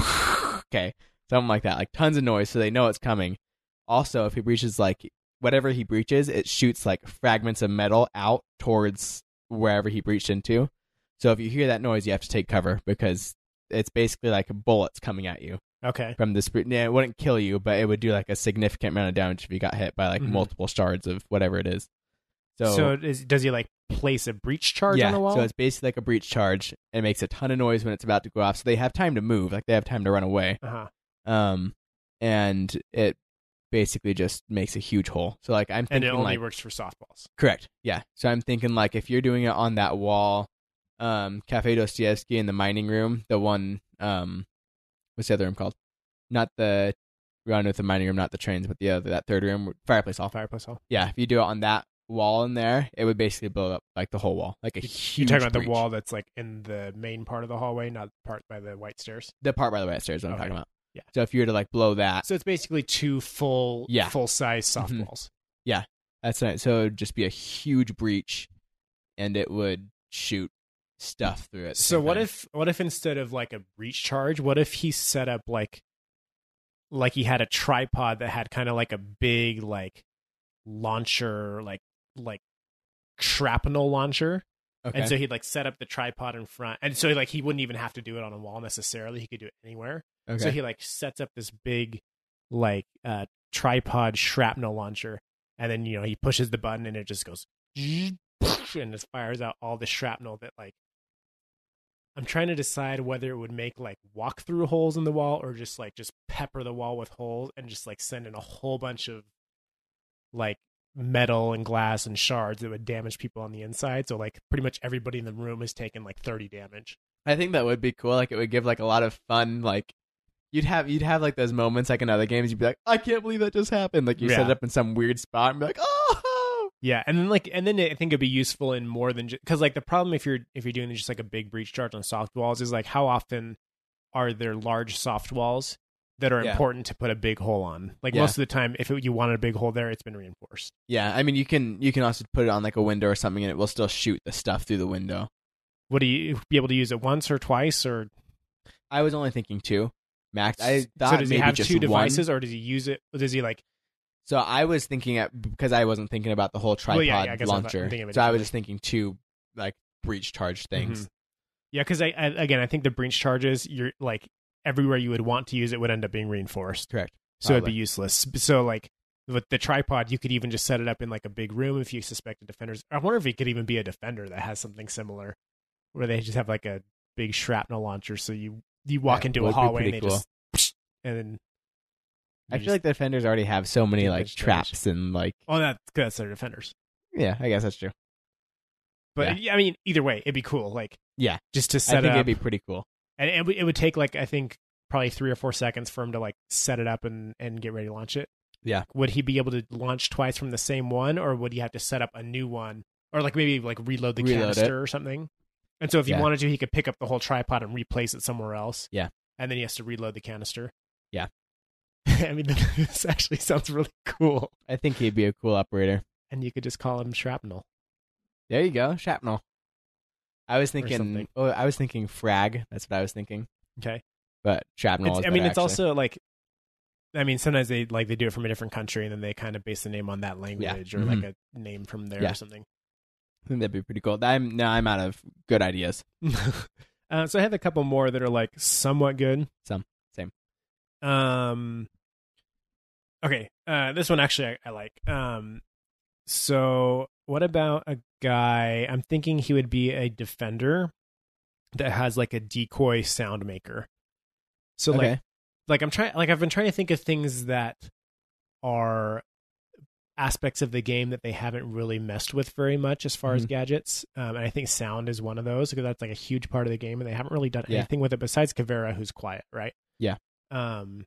Speaker 1: okay, something like that, like tons of noise, so they know it's coming. Also, if he breaches like whatever he breaches, it shoots like fragments of metal out towards wherever he breached into. So if you hear that noise, you have to take cover because it's basically like bullets coming at you
Speaker 2: okay.
Speaker 1: from the spirit. Yeah, it wouldn't kill you, but it would do like a significant amount of damage if you got hit by like
Speaker 2: Mhm.
Speaker 1: multiple shards of whatever it is.
Speaker 2: So, is, does he like place a breach charge
Speaker 1: yeah,
Speaker 2: on a wall?
Speaker 1: So it's basically like a breach charge. It makes a ton of noise when it's about to go off. So they have time to move, like they have time to run away.
Speaker 2: uh-huh.
Speaker 1: Um, and it basically just makes a huge hole. So like I'm
Speaker 2: And it
Speaker 1: thinking
Speaker 2: only
Speaker 1: like
Speaker 2: works for softballs.
Speaker 1: correct, yeah. So I'm thinking like if you're doing it on that wall, um, Cafe Dostoevsky in the mining room, the one, um, what's the other room called? Not the run with the mining room, not the trains, but the other that third room, fireplace off.
Speaker 2: Fireplace hall.
Speaker 1: Yeah, if you do it on that wall in there, it would basically blow up like the whole wall, like a huge.
Speaker 2: You're talking about
Speaker 1: breach.
Speaker 2: the wall that's like in the main part of the hallway, not the part by the white stairs.
Speaker 1: The part by the way upstairs, what I'm
Speaker 2: Okay.
Speaker 1: talking about.
Speaker 2: Yeah.
Speaker 1: So if you were to like blow that,
Speaker 2: So it's basically two full,
Speaker 1: Yeah.
Speaker 2: full size
Speaker 1: Mhm.
Speaker 2: softballs.
Speaker 1: that's not, so it'd just be a huge breach, and it would shoot stuff through it.
Speaker 2: So what if, what if instead of like a breach charge, what if he set up like, like he had a tripod that had kind of like a big like launcher, like like shrapnel launcher,
Speaker 1: Okay.
Speaker 2: And so he'd like set up the tripod in front. And so like he wouldn't even have to do it on a wall necessarily. He could do it anywhere.
Speaker 1: okay.
Speaker 2: So he like sets up this big like uh tripod shrapnel launcher. And then, you know, he pushes the button and it just goes and just fires out all the shrapnel that like I'm trying to decide whether it would make like walk through holes in the wall or just like just pepper the wall with holes and just like send in a whole bunch of like metal and glass and shards that would damage people on the inside. So like pretty much everybody in the room is taking like 30 damage.
Speaker 1: I think that would be cool. Like it would give like a lot of fun. Like you'd have you'd have like those moments like in other games. You'd be like, I can't believe that just happened. Like you set it
Speaker 2: Yeah.
Speaker 1: up in some weird spot and be like, oh.
Speaker 2: Yeah, and then like, and then I think it'd be useful in more than just because like the problem if you're if you're doing just like a big breach charge on soft walls is like how often are there large soft walls that are
Speaker 1: Yeah.
Speaker 2: important to put a big hole on? Like
Speaker 1: Yeah.
Speaker 2: most of the time, if it, you wanted a big hole there, it's been reinforced.
Speaker 1: Yeah, I mean you can you can also put it on like a window or something, and it will still shoot the stuff through the window.
Speaker 2: Would you be able to use it once or twice or?
Speaker 1: I was only thinking two, max. I thought
Speaker 2: so does he
Speaker 1: maybe
Speaker 2: have
Speaker 1: just
Speaker 2: two
Speaker 1: one.
Speaker 2: devices or does he use it? Does he like?
Speaker 1: So I was thinking at because I wasn't thinking about the whole tripod
Speaker 2: Well, yeah, yeah, I guess I'm not
Speaker 1: launcher.
Speaker 2: thinking of it
Speaker 1: so I was
Speaker 2: differently.
Speaker 1: just thinking two like breach charge things.
Speaker 2: Mhm. Yeah, because I, I again I think the breach charges you're like everywhere you would want to use it would end up being reinforced.
Speaker 1: Correct.
Speaker 2: so it'd be
Speaker 1: Probably.
Speaker 2: useless. So like with the tripod, you could even just set it up in like a big room if you suspected defenders. I wonder if it could even be a defender that has something similar, where they just have like a big shrapnel launcher. So you you walk
Speaker 1: That
Speaker 2: into
Speaker 1: would
Speaker 2: a
Speaker 1: be
Speaker 2: hallway and
Speaker 1: pretty
Speaker 2: they
Speaker 1: cool.
Speaker 2: just and then
Speaker 1: I
Speaker 2: you
Speaker 1: feel
Speaker 2: just-
Speaker 1: like the defenders already have so many
Speaker 2: Do
Speaker 1: like
Speaker 2: breach charge.
Speaker 1: traps and like
Speaker 2: oh that's that's their defenders.
Speaker 1: yeah, I guess that's true.
Speaker 2: But I mean either way, it'd be cool. Like
Speaker 1: Yeah.
Speaker 2: just to
Speaker 1: I
Speaker 2: set
Speaker 1: think
Speaker 2: it up.
Speaker 1: it'd be pretty cool.
Speaker 2: and it, would- it would take like I think probably three or four seconds for him to like set it up and and get ready to launch it.
Speaker 1: Yeah.
Speaker 2: Would he be able to launch twice from the same one, or would he have to set up a new one, or like maybe like reload the
Speaker 1: Reload it.
Speaker 2: canister or something? And so if he
Speaker 1: Yeah.
Speaker 2: wanted to, he could pick up the whole tripod and replace it somewhere else.
Speaker 1: Yeah.
Speaker 2: And then he has to reload the canister.
Speaker 1: Yeah.
Speaker 2: I mean, this actually sounds really cool.
Speaker 1: I think he'd be a cool operator.
Speaker 2: And you could just call him shrapnel.
Speaker 1: There you go, shrapnel. I was
Speaker 2: something.
Speaker 1: thinking. Oh, I was thinking frag. That's what I was thinking.
Speaker 2: Okay.
Speaker 1: But shrapnel.
Speaker 2: It's,
Speaker 1: is
Speaker 2: I mean,
Speaker 1: better,
Speaker 2: it's
Speaker 1: actually.
Speaker 2: also like, I mean, sometimes they like they do it from a different country and then they kind of base the name on that language or like a name from there
Speaker 1: Mm-hmm. Yeah.
Speaker 2: or something.
Speaker 1: I think that'd be pretty cool. I'm now I'm out of good ideas.
Speaker 2: uh, so I have a couple more that are like somewhat good.
Speaker 1: Some. Same.
Speaker 2: Um. Okay. Uh, this one actually I, I like. Um. So What about a guy? I'm thinking he would be a defender that has like a decoy sound maker. So like
Speaker 1: okay.
Speaker 2: like I'm trying like I've been trying to think of things that are aspects of the game that they haven't really messed with very much as far as
Speaker 1: Mhm.
Speaker 2: gadgets. Um, and I think sound is one of those because that's like a huge part of the game and they haven't really done
Speaker 1: Yeah.
Speaker 2: anything with it besides Kavera who's quiet, right?
Speaker 1: Yeah.
Speaker 2: Um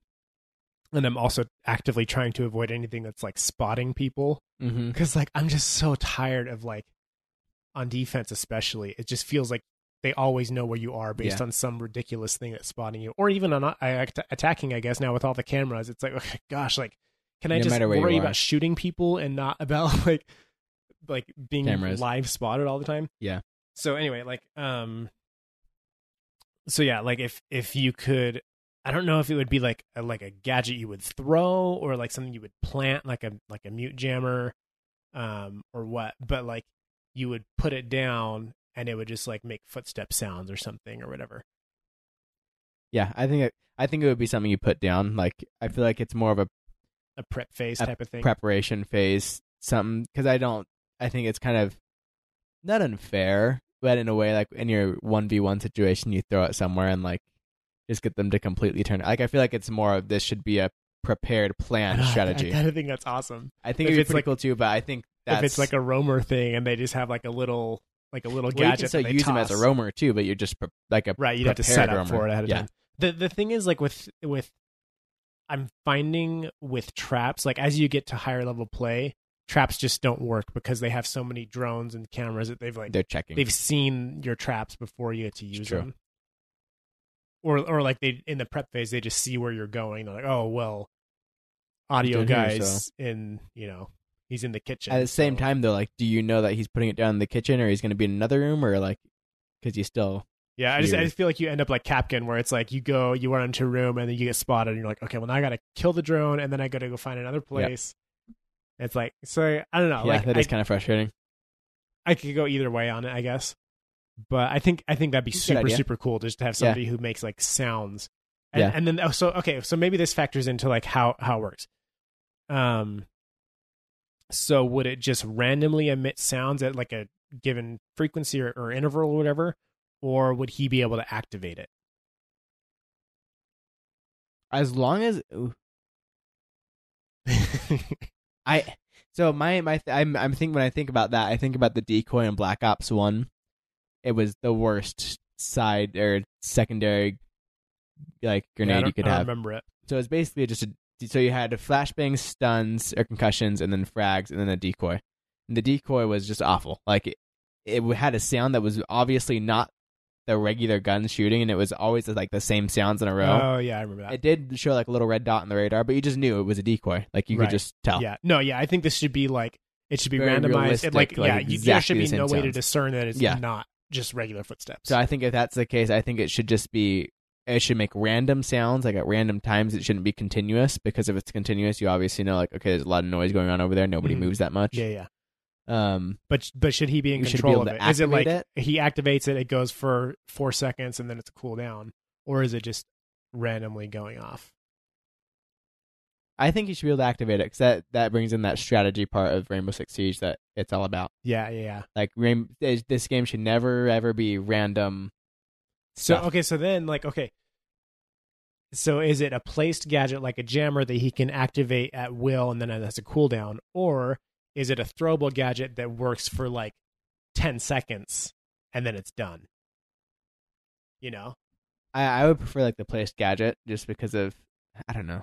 Speaker 2: and I'm also actively trying to avoid anything that's like spotting people
Speaker 1: hmm
Speaker 2: because like I'm just so tired of like on defense especially it just feels like they always know where you are based
Speaker 1: Yeah.
Speaker 2: on some ridiculous thing that's spotting you or even on uh, act- attacking I guess now with all the cameras it's like okay, gosh like can I
Speaker 1: No
Speaker 2: just
Speaker 1: matter where you
Speaker 2: worry
Speaker 1: are.
Speaker 2: about shooting people and not about like like being
Speaker 1: Cameras.
Speaker 2: live spotted all the time
Speaker 1: Yeah.
Speaker 2: so anyway like um so yeah like if if you could I don't know if it would be like a, like a gadget you would throw or like something you would plant like a like a mute jammer um or what but like you would put it down and it would just like make footstep sounds or something or whatever.
Speaker 1: Yeah, I think it, I think it would be something you put down. Like I feel like it's more of a
Speaker 2: A prep phase
Speaker 1: A
Speaker 2: type of thing.
Speaker 1: preparation phase, something because I don't. I think it's kind of not unfair, but in a way, like in your one v one situation, you throw it somewhere and like just get them to completely turn. Like I feel like it's more of this should be a prepared
Speaker 2: I
Speaker 1: plan
Speaker 2: know, I-
Speaker 1: strategy.
Speaker 2: I kind of think that's awesome.
Speaker 1: I think
Speaker 2: If
Speaker 1: it'd be
Speaker 2: it's
Speaker 1: pretty
Speaker 2: like-
Speaker 1: cool too, but I think that's
Speaker 2: If it's like a roamer thing and they just have like a little like a little
Speaker 1: well, you
Speaker 2: gadget
Speaker 1: can still
Speaker 2: that they
Speaker 1: use them as a
Speaker 2: toss.
Speaker 1: roamer too, but you're just pre- like a
Speaker 2: Right, you'd have to set
Speaker 1: prepared
Speaker 2: up
Speaker 1: roamer.
Speaker 2: for it ahead of
Speaker 1: Yeah.
Speaker 2: time. The the thing is like with with I'm finding with traps, like as you get to higher level play, traps just don't work because they have so many drones and cameras that they've like
Speaker 1: they're checking.
Speaker 2: they've seen your traps before you get to use
Speaker 1: true.
Speaker 2: them. Or or like they in the prep phase they just see where you're going. They're like, oh well, audio
Speaker 1: doing here,
Speaker 2: guys in you know he's in the kitchen.
Speaker 1: At the same
Speaker 2: so-
Speaker 1: time, though, like, do you know that he's putting it down in the kitchen, or he's going to be in another room, or like, because you still
Speaker 2: yeah, I just I
Speaker 1: here.
Speaker 2: just feel like you end up like Capkin, where it's like you go, you run into a room, and then you get spotted, and you're like, okay, well now I gotta kill the drone, and then I gotta go find another place. It's like so I don't know,
Speaker 1: yeah,
Speaker 2: like
Speaker 1: that
Speaker 2: I,
Speaker 1: is kind of frustrating.
Speaker 2: I could go either way on it, I guess. But I think I think that'd be
Speaker 1: Good
Speaker 2: super
Speaker 1: idea.
Speaker 2: super cool just to have somebody who makes like sounds. And,
Speaker 1: Yeah.
Speaker 2: and then oh, so okay, so maybe this factors into like how how it works. Um. So would it just randomly emit sounds at like a given frequency or, or interval or whatever, or would he be able to activate it?
Speaker 1: As long as ooh, I, so my my th- I'm I'm think when I think about that, I think about the decoy in Black Ops One. It was the worst side or secondary like
Speaker 2: Yeah, I
Speaker 1: grenade
Speaker 2: don't-
Speaker 1: you could
Speaker 2: I don't
Speaker 1: have.
Speaker 2: remember it.
Speaker 1: So it's basically just a so you had flashbangs, stuns, or concussions, and then frags, and then a decoy. And the decoy was just awful. Like it, it had a sound that was obviously not the regular gun shooting, and it was always like the same sounds in a row.
Speaker 2: Oh yeah, I remember that.
Speaker 1: it did show like a little red dot on the radar, but you just knew it was a decoy. Like you
Speaker 2: Right.
Speaker 1: could just tell.
Speaker 2: Yeah, no, yeah. I think this should be like it should be
Speaker 1: Very
Speaker 2: randomized. It, like,
Speaker 1: realistic, like,
Speaker 2: yeah, you, there
Speaker 1: exactly
Speaker 2: should
Speaker 1: the
Speaker 2: be
Speaker 1: same
Speaker 2: no way to
Speaker 1: sounds.
Speaker 2: discern that it's
Speaker 1: Yeah.
Speaker 2: not just regular footsteps.
Speaker 1: So I think if that's the case, I think it should just be it should make random sounds like at random times. It shouldn't be continuous because if it's continuous, you obviously know like okay, there's a lot of noise going on over there. Nobody
Speaker 2: Mhm.
Speaker 1: moves that much.
Speaker 2: yeah, yeah.
Speaker 1: Um,
Speaker 2: But but should he be in
Speaker 1: You should be
Speaker 2: control
Speaker 1: able
Speaker 2: of
Speaker 1: to
Speaker 2: it? Is it like
Speaker 1: activate
Speaker 2: he activates it? It goes for four seconds and then it's a cooldown, or is it just randomly going off?
Speaker 1: I think you should be able to activate it because that, that brings in that strategy part of Rainbow Six Siege that it's all about.
Speaker 2: Yeah, yeah. yeah.
Speaker 1: Like, rain, this this game should never ever be random.
Speaker 2: So
Speaker 1: stuff.
Speaker 2: okay, so then like okay. So is it a placed gadget like a jammer that he can activate at will and then it has a cooldown, or is it a throwable gadget that works for like ten seconds and then it's done? You know,
Speaker 1: I, I would prefer like the placed gadget just because of I don't know.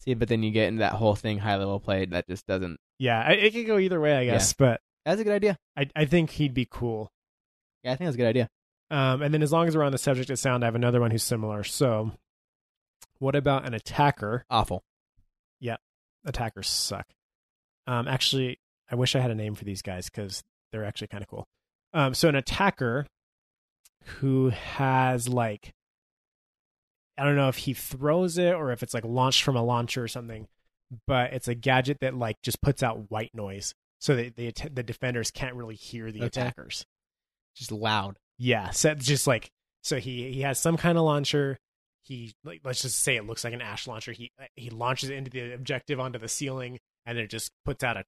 Speaker 1: See, but then you get into that whole thing high level play that just doesn't.
Speaker 2: yeah, I- it could go either way, I
Speaker 1: Yeah.
Speaker 2: guess.
Speaker 1: That's a good idea.
Speaker 2: But I I think he'd be cool.
Speaker 1: Yeah, I think that's a good idea.
Speaker 2: Um, and then as long as we're on the subject of sound, I have another one who's similar. So, what about an attacker?
Speaker 1: Awful.
Speaker 2: Attackers suck. Um, actually, I wish I had a name for these guys because they're actually kind of cool. Um, so an attacker who has like, I don't know if he throws it or if it's like launched from a launcher or something, but it's a gadget that like just puts out white noise so that the att- the defenders can't really hear the
Speaker 1: Okay.
Speaker 2: attackers.
Speaker 1: Just loud.
Speaker 2: Yeah, so it's just like so he he has some kind of launcher. He like, let's just say it looks like an ash launcher. He uh, he launches it into the objective onto the ceiling, and it just puts out a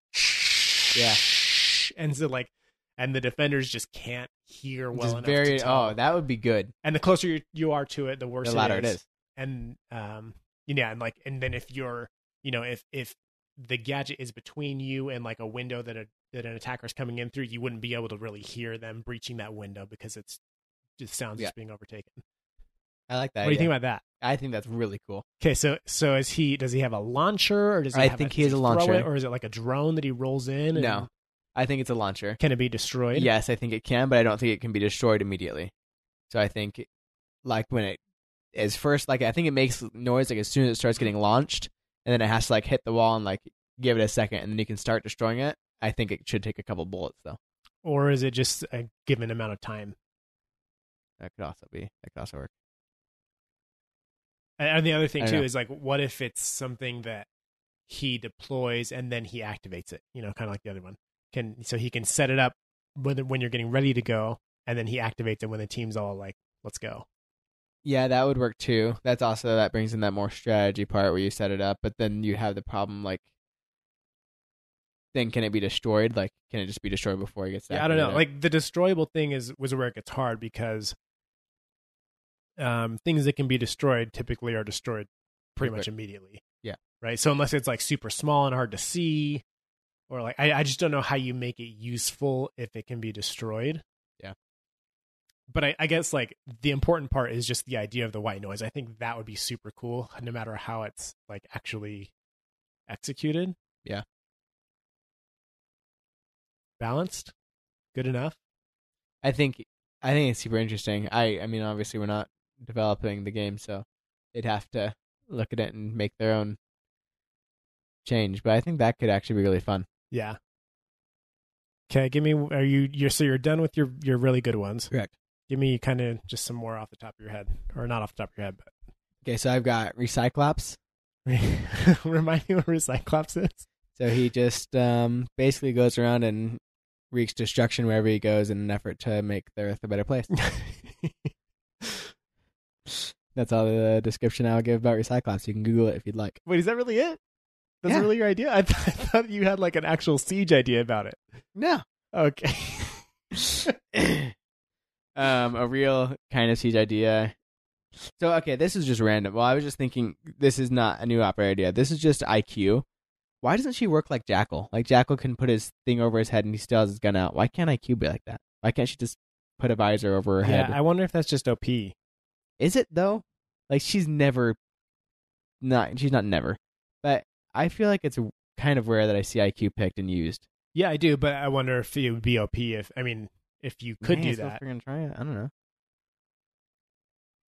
Speaker 1: Yeah.
Speaker 2: whoosh, and so like, and the defenders just can't hear well
Speaker 1: Just
Speaker 2: enough.
Speaker 1: very-
Speaker 2: to tell.
Speaker 1: oh, that would be good.
Speaker 2: and the closer you, you are to it, the worse
Speaker 1: The louder it is.
Speaker 2: And um, yeah, and like, and then if you're, you know, if if the gadget is between you and like a window that a that an attacker is coming in through, you wouldn't be able to really hear them breaching that window because it's just sounds
Speaker 1: Yeah.
Speaker 2: just being overtaken.
Speaker 1: I like that.
Speaker 2: what do
Speaker 1: idea.
Speaker 2: you think about that?
Speaker 1: I think that's really cool.
Speaker 2: Okay, so so is he? Does he have a launcher, or does he?
Speaker 1: I
Speaker 2: have
Speaker 1: think
Speaker 2: a,
Speaker 1: he
Speaker 2: does
Speaker 1: has a
Speaker 2: throw
Speaker 1: launcher.
Speaker 2: it, or is it like a drone that he rolls in? And
Speaker 1: No. I think it's a launcher.
Speaker 2: can it be destroyed?
Speaker 1: Yes, I think it can, but I don't think it can be destroyed immediately. So I think, like when it is first, like I think it makes noise like as soon as it starts getting launched, and then it has to like hit the wall and like give it a second, and then you can start destroying it. I think it should take a couple bullets though.
Speaker 2: or is it just a given amount of time?
Speaker 1: That could also be that could also work.
Speaker 2: And and the other thing
Speaker 1: I
Speaker 2: too
Speaker 1: know.
Speaker 2: is like, what if it's something that he deploys and then he activates it? You know, kind of like the other one. Can so he can set it up when when you're getting ready to go, and then he activates it when the team's all like, "Let's go."
Speaker 1: Yeah, that would work too. That's also that brings in that more strategy part where you set it up, but then you have the problem like. Then can it be destroyed? Like, can it just be destroyed before it gets?
Speaker 2: Yeah, I don't know.
Speaker 1: activated?
Speaker 2: Like the destroyable thing is was where it gets hard because um things that can be destroyed typically are destroyed pretty
Speaker 1: Pretty
Speaker 2: much
Speaker 1: quick.
Speaker 2: immediately.
Speaker 1: Yeah.
Speaker 2: Right. So unless it's like super small and hard to see, or like I, I just don't know how you make it useful if it can be destroyed.
Speaker 1: Yeah.
Speaker 2: But I, I guess like the important part is just the idea of the white noise. I think that would be super cool, no matter how it's like actually executed.
Speaker 1: Yeah.
Speaker 2: Balanced, good enough.
Speaker 1: I think I think it's super interesting. I I mean obviously we're not developing the game, so they'd have to look at it and make their own change. But I think that could actually be really fun.
Speaker 2: Yeah. Okay, give me. Are you? You're so you're done with your your really good ones.
Speaker 1: Correct.
Speaker 2: Give me kind of just some more off the top of your head, or not off the top of your head,
Speaker 1: Okay, so I've got Recyclops.
Speaker 2: but remind me what Recyclops is.
Speaker 1: So he just um basically goes around and wreaks destruction wherever he goes in an effort to make the earth a better place. That's all the description I'll give about Recyclops. You can Google it if you'd like.
Speaker 2: Wait, is that really it? That's
Speaker 1: Yeah.
Speaker 2: really your idea? I, th- I thought you had like an actual siege idea about it.
Speaker 1: No.
Speaker 2: Okay.
Speaker 1: um, a real kind of siege idea. So okay, this is just random. Well, I was just thinking this is not a new opera idea. This is just IQ. Why doesn't she work like Jackal? Like Jackal can put his thing over his head and he still has his gun out. Why can't IQ be like that? Why can't she just put a visor over her
Speaker 2: yeah,
Speaker 1: head?
Speaker 2: I wonder if that's just OP.
Speaker 1: is it though? Like she's never not she's not never. But I feel like it's kind of rare that I see IQ picked and used.
Speaker 2: Yeah, I do, but I wonder if it would be OP if I mean if you could do that.
Speaker 1: We're gonna try it. I don't know.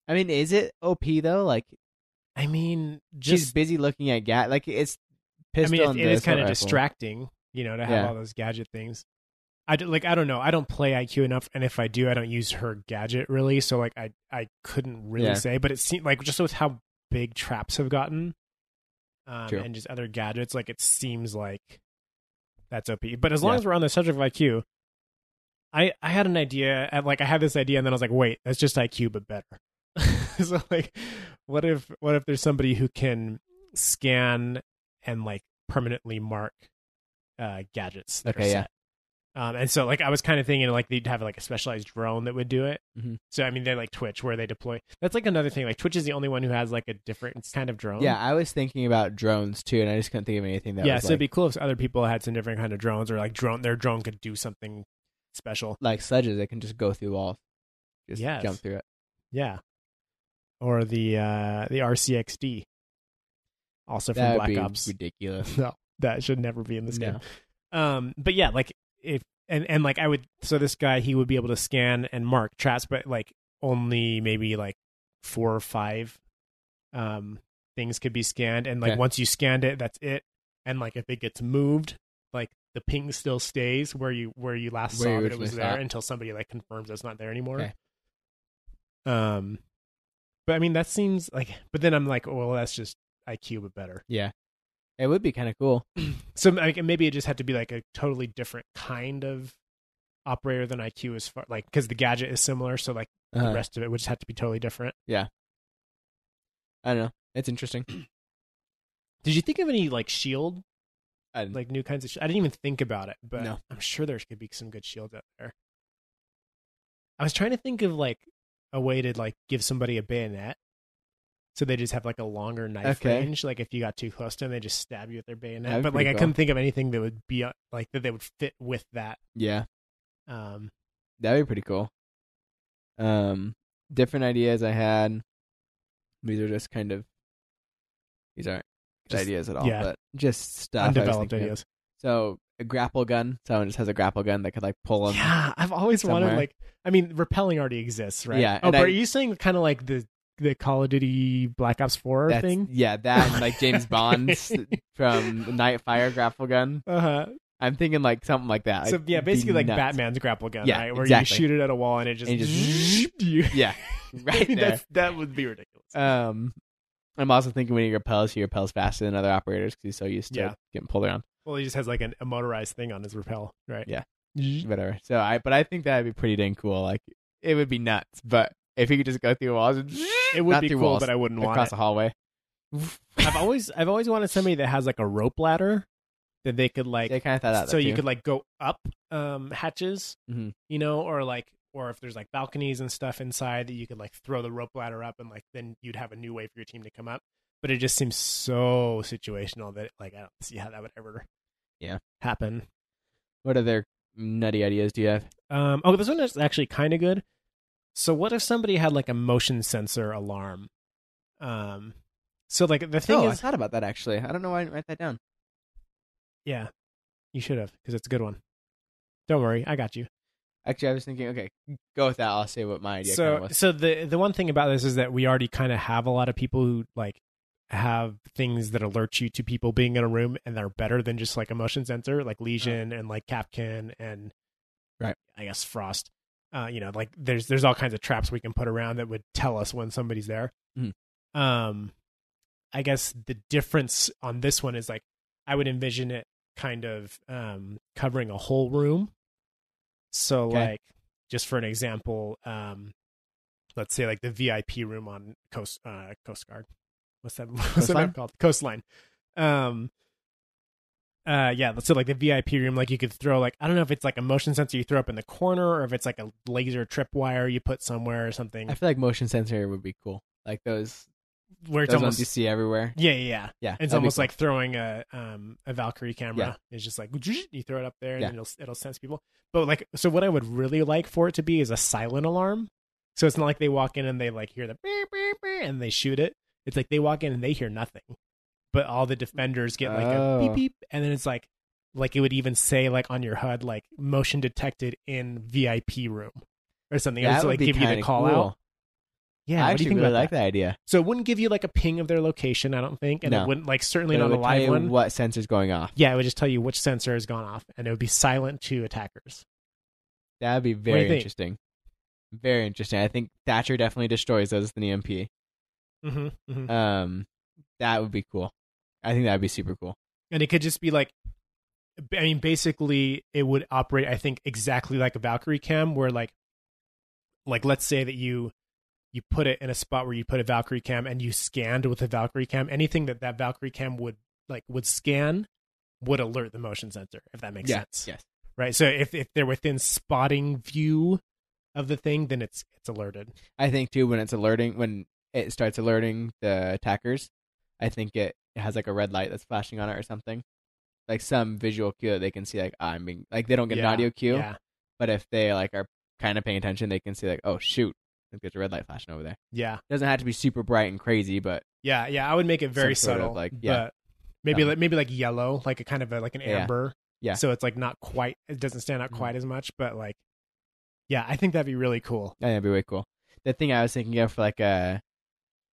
Speaker 1: I mean, is it OP though? Like
Speaker 2: I mean,
Speaker 1: she's
Speaker 2: just
Speaker 1: busy looking at gas. Like it's
Speaker 2: I
Speaker 1: pistol.
Speaker 2: mean, it,
Speaker 1: and
Speaker 2: it is
Speaker 1: this, not
Speaker 2: kind of
Speaker 1: rifle.
Speaker 2: distracting, you know, to have
Speaker 1: Yeah.
Speaker 2: all those gadget things. I d- like I don't know. I don't play IQ enough, and if I do, I don't use her gadget really. So like I I couldn't really
Speaker 1: Yeah.
Speaker 2: say, but it seemed like just with how big traps have gotten, um,
Speaker 1: True.
Speaker 2: and just other gadgets, like it seems like that's OP. But as long
Speaker 1: Yeah.
Speaker 2: as we're on the subject of IQ, I I had an idea, and like I had this idea, and then I was like, wait, that's just IQ but better. so like, what if what if there's somebody who can scan and like permanently mark uh gadgets that
Speaker 1: Okay,
Speaker 2: are
Speaker 1: yeah.
Speaker 2: set. Um, and so like I was kind of thinking like they'd have like a specialized drone that would do it.
Speaker 1: Mhm.
Speaker 2: So I mean they're like Twitch where they deploy. That's like another thing. Like Twitch is the only one who has like a different kind of drone.
Speaker 1: Yeah, I was thinking about drones too, and I just couldn't think of anything that
Speaker 2: yeah.
Speaker 1: was
Speaker 2: So
Speaker 1: like,
Speaker 2: it'd be cool if other people had some different kind of drones or like drone their drone could do something special.
Speaker 1: like sledges that can just go through walls, just
Speaker 2: Yes.
Speaker 1: jump through it.
Speaker 2: Yeah. Or the uh the RCXD. Also from
Speaker 1: That would
Speaker 2: Black
Speaker 1: be
Speaker 2: Ops.
Speaker 1: ridiculous.
Speaker 2: no, that should never be in this
Speaker 1: No.
Speaker 2: game. Um, but yeah, like if and and like I would so this guy he would be able to scan and mark traps, but like only maybe like four or five um things could be scanned, and like
Speaker 1: Okay.
Speaker 2: once you scanned it, that's it. And like if it gets moved, like the ping still stays where you where you last
Speaker 1: Where you
Speaker 2: saw that it was
Speaker 1: originally
Speaker 2: there
Speaker 1: saw it.
Speaker 2: until somebody like confirms it's not there anymore.
Speaker 1: Okay.
Speaker 2: Um, but I mean that seems like, but then I'm like, oh, well, that's just IQ but better.
Speaker 1: Yeah, it would be kind of cool.
Speaker 2: So like, maybe it just had to be like a totally different kind of operator than IQ as far like because the gadget is similar, so like
Speaker 1: Uh,
Speaker 2: the rest of it would just have to be totally different.
Speaker 1: I don't know. It's interesting.
Speaker 2: Did you think of any like shield
Speaker 1: I didn't,
Speaker 2: like new kinds of. Sh- I didn't even think about it, but
Speaker 1: Mm. No.
Speaker 2: I'm sure there could be some good shields out there. I was trying to think of like a way to like give somebody a bayonet, so they just have like a longer knife
Speaker 1: Okay.
Speaker 2: range. Like if you got too close to them, they just stab you with their bayonet.
Speaker 1: That'd be
Speaker 2: but like
Speaker 1: pretty
Speaker 2: I
Speaker 1: cool.
Speaker 2: couldn't think of anything that would be uh, like that they would fit with that.
Speaker 1: yeah,
Speaker 2: Um,
Speaker 1: that'd be pretty cool. Um, different ideas I had. These are just kind of these aren't good
Speaker 2: Just-
Speaker 1: ideas at all,
Speaker 2: yeah.
Speaker 1: but just stuff. I was
Speaker 2: undeveloped
Speaker 1: thinking of.
Speaker 2: ideas.
Speaker 1: So a grapple gun. Someone just has a grapple gun that could like pull them.
Speaker 2: Yeah, I've always wanted
Speaker 1: somewhere.
Speaker 2: like. I mean, repelling already exists, right?
Speaker 1: Yeah,
Speaker 2: Oh,
Speaker 1: and
Speaker 2: but
Speaker 1: I-
Speaker 2: are you saying kind of like the the Call of Duty Black Ops Four
Speaker 1: That's-
Speaker 2: thing?
Speaker 1: Yeah, that and like James Bond's from Nightfire grapple gun.
Speaker 2: Uh huh.
Speaker 1: I'm thinking like something like that.
Speaker 2: so
Speaker 1: Like,
Speaker 2: yeah,
Speaker 1: it'd be
Speaker 2: basically like
Speaker 1: nuts.
Speaker 2: Batman's grapple gun,
Speaker 1: Yeah,
Speaker 2: right? Where
Speaker 1: exactly.
Speaker 2: you shoot it at a wall and it just,
Speaker 1: And it just-
Speaker 2: you
Speaker 1: Yeah, right there.
Speaker 2: That's, that would be ridiculous.
Speaker 1: Um, I'm also thinking when he repels, he repels faster than other operators because he's so used to
Speaker 2: Yeah.
Speaker 1: getting pulled around.
Speaker 2: well, he just has like an, a motorized thing on his rappel, right?
Speaker 1: Yeah.
Speaker 2: Yeah.
Speaker 1: Whatever. So I, but I think that'd be pretty dang cool. Like it would be nuts. But if he could just go through walls, and
Speaker 2: It would
Speaker 1: not
Speaker 2: be
Speaker 1: through
Speaker 2: cool,
Speaker 1: walls,
Speaker 2: but I wouldn't want
Speaker 1: across
Speaker 2: it.
Speaker 1: the hallway.
Speaker 2: I've always I've always wanted somebody that has like a rope ladder that they could like
Speaker 1: they kind of thought that.
Speaker 2: so you
Speaker 1: too.
Speaker 2: could like go up um hatches
Speaker 1: Mhm.
Speaker 2: you know or like or if there's like balconies and stuff inside that you could like throw the rope ladder up and like then you'd have a new way for your team to come up but it just seems so situational that like i don't see how that would ever
Speaker 1: Yeah.
Speaker 2: happen
Speaker 1: What other nutty ideas do you have?
Speaker 2: um oh this one is actually kind of good so what if somebody had like a motion sensor alarm um so like the thing
Speaker 1: oh, I
Speaker 2: is
Speaker 1: thought about that actually. I don't know why I didn't write that down.
Speaker 2: yeah you should have because it's a good one don't worry i got you
Speaker 1: Actually, I was thinking, okay, go with that. I'll say what my idea
Speaker 2: so
Speaker 1: kinda was.
Speaker 2: so the the one thing about this is that we already kind of have a lot of people who like have things that alert you to people being in a room and they're better than just like a motion sensor like legion and like capkin and
Speaker 1: Uh-huh. Right.
Speaker 2: i guess frost uh you know like there's there's all kinds of traps we can put around that would tell us when somebody's there
Speaker 1: Mhm.
Speaker 2: um i guess the difference on this one is like i would envision it kind of um covering a whole room so
Speaker 1: Okay.
Speaker 2: like just for an example, um, let's say like the VIP room on Coast uh, Coast Guard. What's that? What's that
Speaker 1: Coastline?
Speaker 2: map called? Coastline. Um, uh, yeah. So like the VIP room, like you could throw like I don't know if it's like a motion sensor you throw up in the corner, or if it's like a laser tripwire you put somewhere or something,
Speaker 1: I feel like motion sensor would be cool. Like those,
Speaker 2: where it's
Speaker 1: those ones you
Speaker 2: almost
Speaker 1: see everywhere.
Speaker 2: yeah, yeah, yeah.
Speaker 1: Yeah,
Speaker 2: It's
Speaker 1: that'd be
Speaker 2: almost
Speaker 1: cool.
Speaker 2: like throwing a um a Valkyrie camera. It's just like you throw it up there and
Speaker 1: Yeah.
Speaker 2: it'll it'll sense people. But like so what I would really like for it to be is a silent alarm. So it's not like they walk in and they like hear the beep, beep, beep, and they shoot it. It's like they walk in and they hear nothing. But all the defenders get like
Speaker 1: Oh.
Speaker 2: a beep beep and then it's like like it would even say like on your HUD like motion detected in VIP room or something. It
Speaker 1: that
Speaker 2: would,
Speaker 1: would
Speaker 2: like
Speaker 1: be
Speaker 2: give you the
Speaker 1: kinda cool.
Speaker 2: call out. Yeah,
Speaker 1: I
Speaker 2: what do
Speaker 1: actually
Speaker 2: you think
Speaker 1: really
Speaker 2: about
Speaker 1: like that, idea.
Speaker 2: So it wouldn't give you like a ping of their location, I don't think, and
Speaker 1: No.
Speaker 2: it wouldn't like certainly
Speaker 1: But it
Speaker 2: not a
Speaker 1: would tell
Speaker 2: live
Speaker 1: you
Speaker 2: one.
Speaker 1: what sensor's going off.
Speaker 2: Yeah, it would just tell you which sensor has gone off, and it would be silent to attackers.
Speaker 1: That would be
Speaker 2: you
Speaker 1: very
Speaker 2: think?
Speaker 1: interesting. Very interesting. I think Thatcher definitely destroys those in the MP.
Speaker 2: Mm-hmm, mm-hmm.
Speaker 1: Um, that would be cool. I think that would be super cool.
Speaker 2: And it could just be like, I mean, basically, it would operate, I think, exactly like a Valkyrie cam, where like, like let's say that you you put it in a spot where you put a Valkyrie cam and you scanned with a Valkyrie cam, anything that that Valkyrie cam would like would scan would alert the motion sensor, if that makes
Speaker 1: yeah.
Speaker 2: sense.
Speaker 1: Yes.
Speaker 2: right? So if if they're within spotting view of the thing, then it's it's alerted.
Speaker 1: I think too when it's alerting when it starts alerting the attackers, I think it, it has like a red light that's flashing on it or something. Like some visual cue that they can see like ah, I'm being like they don't get an
Speaker 2: Yeah,
Speaker 1: audio cue,
Speaker 2: Yeah,
Speaker 1: but if they like are kind of paying attention, they can see like oh shoot, like, there's a red light flashing over there.
Speaker 2: yeah,
Speaker 1: doesn't have to be super bright and crazy, but
Speaker 2: yeah, yeah. I would make it very
Speaker 1: Some sort of,
Speaker 2: subtle,
Speaker 1: like, yeah.
Speaker 2: but maybe
Speaker 1: Um,
Speaker 2: like maybe like yellow, like a kind of a, like an
Speaker 1: Yeah.
Speaker 2: amber.
Speaker 1: Yeah.
Speaker 2: So it's like not quite. It doesn't stand out
Speaker 1: Mhm.
Speaker 2: quite as much, but like, yeah, I think that'd be really cool.
Speaker 1: I think that'd be way cool. The thing I was thinking of for like a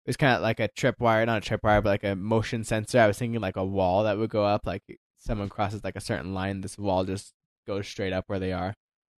Speaker 1: it was kind of like a tripwire, not a tripwire, but like a motion sensor. I was thinking like a wall that would go up, like someone crosses like a certain line, this wall just goes straight up where they are.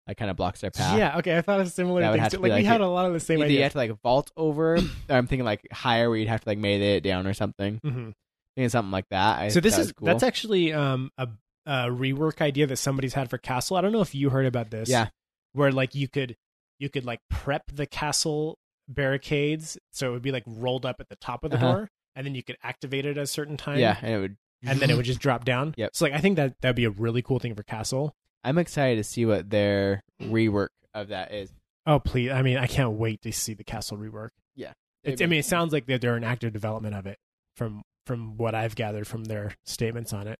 Speaker 1: That kind of blocks their path.
Speaker 2: Yeah. Okay. I thought of similar
Speaker 1: That would
Speaker 2: things.
Speaker 1: have
Speaker 2: too.
Speaker 1: to be
Speaker 2: Like, we
Speaker 1: like E
Speaker 2: had
Speaker 1: it-
Speaker 2: a lot of the same
Speaker 1: Either you
Speaker 2: ideas.
Speaker 1: have to like vault over. or I'm thinking like higher, where you'd have to like melee it down or something,
Speaker 2: Mm-hmm.
Speaker 1: thinking something like that. I
Speaker 2: so this
Speaker 1: thought
Speaker 2: is
Speaker 1: was cool.
Speaker 2: that's actually um a, a rework idea that somebody's had for castle i don't know if you heard about this
Speaker 1: Yeah.
Speaker 2: where like you could you could like prep the castle barricades so it would be like rolled up at the top of the
Speaker 1: Uh-huh.
Speaker 2: door and then you could activate it at a certain time
Speaker 1: yeah, and it would
Speaker 2: and then it would just drop down.
Speaker 1: Yep.
Speaker 2: So like I think that that'd be a really cool thing for Castle.
Speaker 1: I'm excited to see what their rework of that is.
Speaker 2: Oh please! I mean, I can't wait to see the Castle rework.
Speaker 1: Yeah.
Speaker 2: It's, I mean, it sounds like that they're in active development of it from from what I've gathered from their statements on it.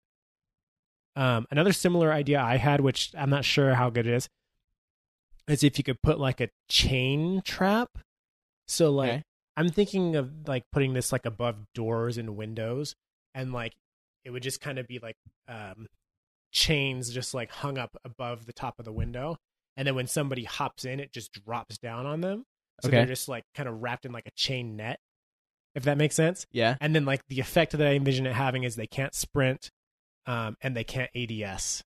Speaker 2: Um, another similar idea I had, which I'm not sure how good it is, is if you could put like a chain trap. So like
Speaker 1: Okay.
Speaker 2: I'm thinking of like putting this like above doors and windows, and like it would just kind of be like um, chains just like hung up above the top of the window, and then when somebody hops in, it just drops down on them. So
Speaker 1: Okay.
Speaker 2: they're just like kind of wrapped in like a chain net, if that makes sense.
Speaker 1: yeah.
Speaker 2: And then like the effect that I envision it having is they can't sprint, um, and they can't ADS.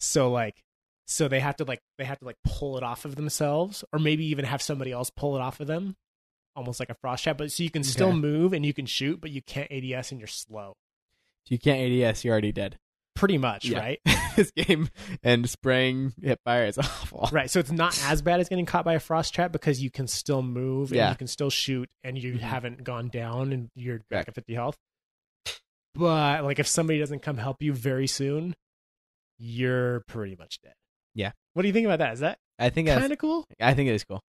Speaker 2: So like, so they have to like they have to like pull it off of themselves, or maybe even have somebody else pull it off of them, almost like a frost trap. But so you can still
Speaker 1: Okay.
Speaker 2: move and you can shoot, but you can't ADS and you're slow,
Speaker 1: If you can't ADS, you're already dead.
Speaker 2: pretty much,
Speaker 1: Yeah.
Speaker 2: right?
Speaker 1: this game and spraying hip fire is awful.
Speaker 2: Right. So it's not as bad as getting caught by a frost trap because you can still move
Speaker 1: Yeah.
Speaker 2: and you can still shoot and you
Speaker 1: Mhm.
Speaker 2: haven't gone down and you're back
Speaker 1: Correct.
Speaker 2: at 50 health. But like if somebody doesn't come help you very soon, you're pretty much dead.
Speaker 1: Yeah.
Speaker 2: What do you think about that? Is that
Speaker 1: I think that's,
Speaker 2: kind of cool?
Speaker 1: I think it is cool.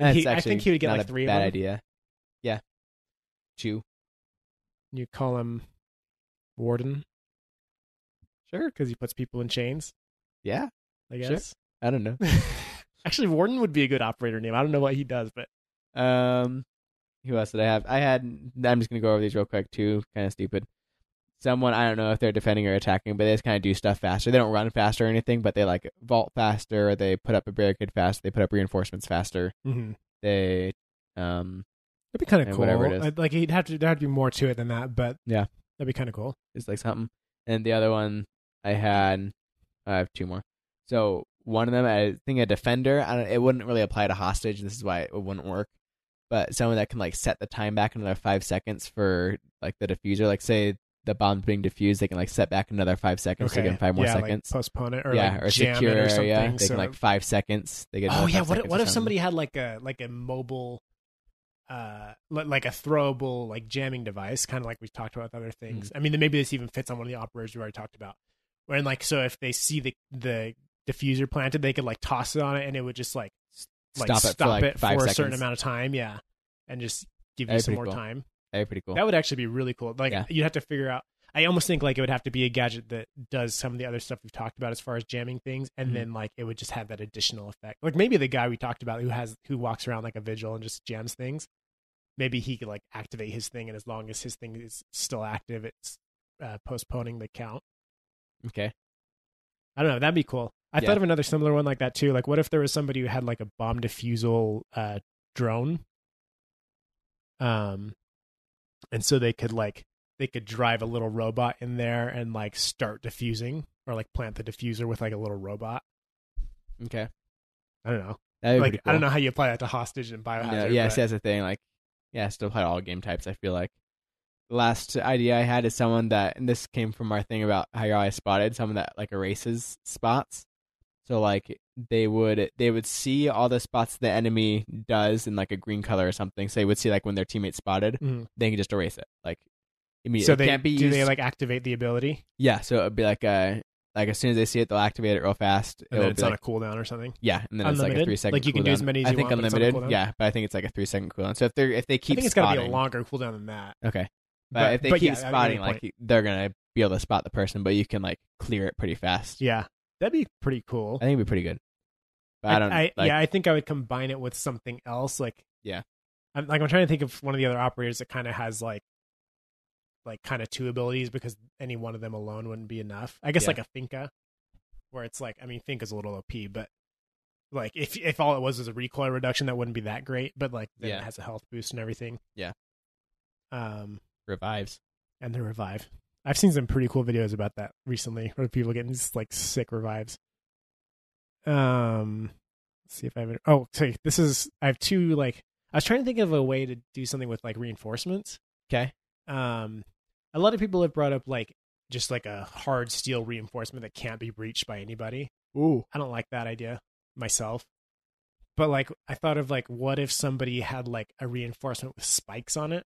Speaker 2: And
Speaker 1: That's
Speaker 2: he- I
Speaker 1: actually
Speaker 2: think he would get,
Speaker 1: not
Speaker 2: like,
Speaker 1: a
Speaker 2: three of
Speaker 1: bad
Speaker 2: them.
Speaker 1: idea. Yeah. Two.
Speaker 2: You call him Warden
Speaker 1: Sure.
Speaker 2: because he puts people in chains,
Speaker 1: Yeah.
Speaker 2: I
Speaker 1: Sure.
Speaker 2: guess.
Speaker 1: I don't know.
Speaker 2: Actually, Warden would be a good operator name. I don't know what he does, but
Speaker 1: Um, who else did I have? I had. I'm just gonna go over these real quick too. Kind of stupid. Someone I don't know if they're defending or attacking, but they just kind of do stuff faster. They don't run faster or anything, but they like vault faster. Or they put up a barricade faster. They put up reinforcements faster.
Speaker 2: mm-hmm.
Speaker 1: They, um,
Speaker 2: That'd be kind
Speaker 1: And
Speaker 2: of cool.
Speaker 1: whatever it is.
Speaker 2: I'd- Like he'd have to, there'd be more to it than that, but
Speaker 1: Yeah.
Speaker 2: that'd be kind of cool.
Speaker 1: it's like something. And the other one I had. I have two more. So one of them, I think a defender. I don't, it wouldn't really apply to hostage. This is why it wouldn't work. But someone that can like set the time back another five seconds for like the diffuser. Like say the bomb's being diffused, they can like set back another five seconds. They get five more
Speaker 2: yeah,
Speaker 1: seconds.
Speaker 2: Like postpone it or
Speaker 1: yeah,
Speaker 2: like
Speaker 1: or
Speaker 2: jam
Speaker 1: secure
Speaker 2: it or something.
Speaker 1: area. They
Speaker 2: so
Speaker 1: can like five seconds. They get.
Speaker 2: oh
Speaker 1: another
Speaker 2: yeah,
Speaker 1: five
Speaker 2: what if,
Speaker 1: seconds
Speaker 2: what
Speaker 1: or
Speaker 2: if
Speaker 1: something.
Speaker 2: somebody had like a like a mobile, uh, li- like a throwable like jamming device, kind of like we talked about with other
Speaker 1: Mm.
Speaker 2: things. I mean, then maybe this even fits on one of the operators we already talked about. Where and like so if they see the the diffuser planted, they could like toss it on it and it would just like like
Speaker 1: stop it for like
Speaker 2: it
Speaker 1: five
Speaker 2: for a
Speaker 1: seconds?
Speaker 2: certain amount of time, yeah, and just give you
Speaker 1: That'd be
Speaker 2: some more
Speaker 1: cool.
Speaker 2: time.
Speaker 1: That'd be pretty cool.
Speaker 2: That would actually be really cool. Like
Speaker 1: Yeah.
Speaker 2: you'd have to figure out. I almost think like it would have to be a gadget that does some of the other stuff we've talked about as far as jamming things, and
Speaker 1: Mhm.
Speaker 2: then like it would just have that additional effect. Like maybe the guy we talked about who has who walks around like a vigil and just jams things. Maybe he could like activate his thing, and as long as his thing is still active, it's uh, postponing the count.
Speaker 1: okay.
Speaker 2: I don't know. That'd be cool. I
Speaker 1: Yeah.
Speaker 2: thought of another similar one like that too. Like, what if there was somebody who had like a bomb defusal uh, drone, um, and so they could like they could drive a little robot in there and like start diffusing or like plant the diffuser with like a little robot.
Speaker 1: Okay.
Speaker 2: I don't know.
Speaker 1: That'd be
Speaker 2: Like,
Speaker 1: pretty
Speaker 2: I
Speaker 1: cool.
Speaker 2: don't know how you apply that to hostage and biohazard.
Speaker 1: No, yeah,
Speaker 2: but-
Speaker 1: see, that's the thing. Like, yeah, still play all game types. I feel like the last idea I had is someone that, and this came from our thing about how I spotted someone that like erases spots. So like they would they would see all the spots the enemy does in like a green color or something. So they would see like when their teammate spotted,
Speaker 2: Mhm.
Speaker 1: they can just erase it like immediately.
Speaker 2: So
Speaker 1: It
Speaker 2: they
Speaker 1: can't be
Speaker 2: do
Speaker 1: used.
Speaker 2: they like activate the ability
Speaker 1: yeah, so it'd be like a like as soon as they see it, they'll activate it real fast.
Speaker 2: and
Speaker 1: It'll
Speaker 2: then it's
Speaker 1: be
Speaker 2: on
Speaker 1: like,
Speaker 2: a cooldown or something.
Speaker 1: yeah, and then it's like a
Speaker 2: Unlimited?
Speaker 1: three second.
Speaker 2: Like, you can do as
Speaker 1: cooldown.
Speaker 2: many as
Speaker 1: I
Speaker 2: you
Speaker 1: think
Speaker 2: want, but it's on a
Speaker 1: unlimited.
Speaker 2: cooldown?
Speaker 1: yeah, but I think it's like a three second cooldown. So if they're if they keep
Speaker 2: I think it's got
Speaker 1: spotting,
Speaker 2: to be a longer cooldown than that.
Speaker 1: Okay. But,
Speaker 2: But-
Speaker 1: if they
Speaker 2: but
Speaker 1: keep
Speaker 2: yeah, I get your
Speaker 1: spotting,
Speaker 2: point.
Speaker 1: like they're gonna be able to spot the person, but you can like clear it pretty fast.
Speaker 2: Yeah, that'd be pretty cool.
Speaker 1: I think it'd be pretty good. But I, don't.
Speaker 2: I,
Speaker 1: like,
Speaker 2: yeah, I think I would combine it with something else. Like,
Speaker 1: Yeah.
Speaker 2: I'm like I'm trying to think of one of the other operators that kind of has like, like kind of two abilities because any one of them alone wouldn't be enough. I guess
Speaker 1: Yeah.
Speaker 2: like a Finca, where it's like I mean Finca's a little OP, but like if if all it was was a recoil reduction, that wouldn't be that great. But like then
Speaker 1: Yeah.
Speaker 2: it has a health boost and everything.
Speaker 1: Yeah.
Speaker 2: Um,
Speaker 1: revives.
Speaker 2: and the revive. I've seen some pretty cool videos about that recently, where people getting just like sick revives. Um, let's see if I have. Any, oh, so this is I have two like I was trying to think of a way to do something with like reinforcements.
Speaker 1: Okay.
Speaker 2: Um, a lot of people have brought up like just like a hard steel reinforcement that can't be breached by anybody.
Speaker 1: Ooh.
Speaker 2: I don't like that idea myself. But like I thought of like what if somebody had like a reinforcement with spikes on it?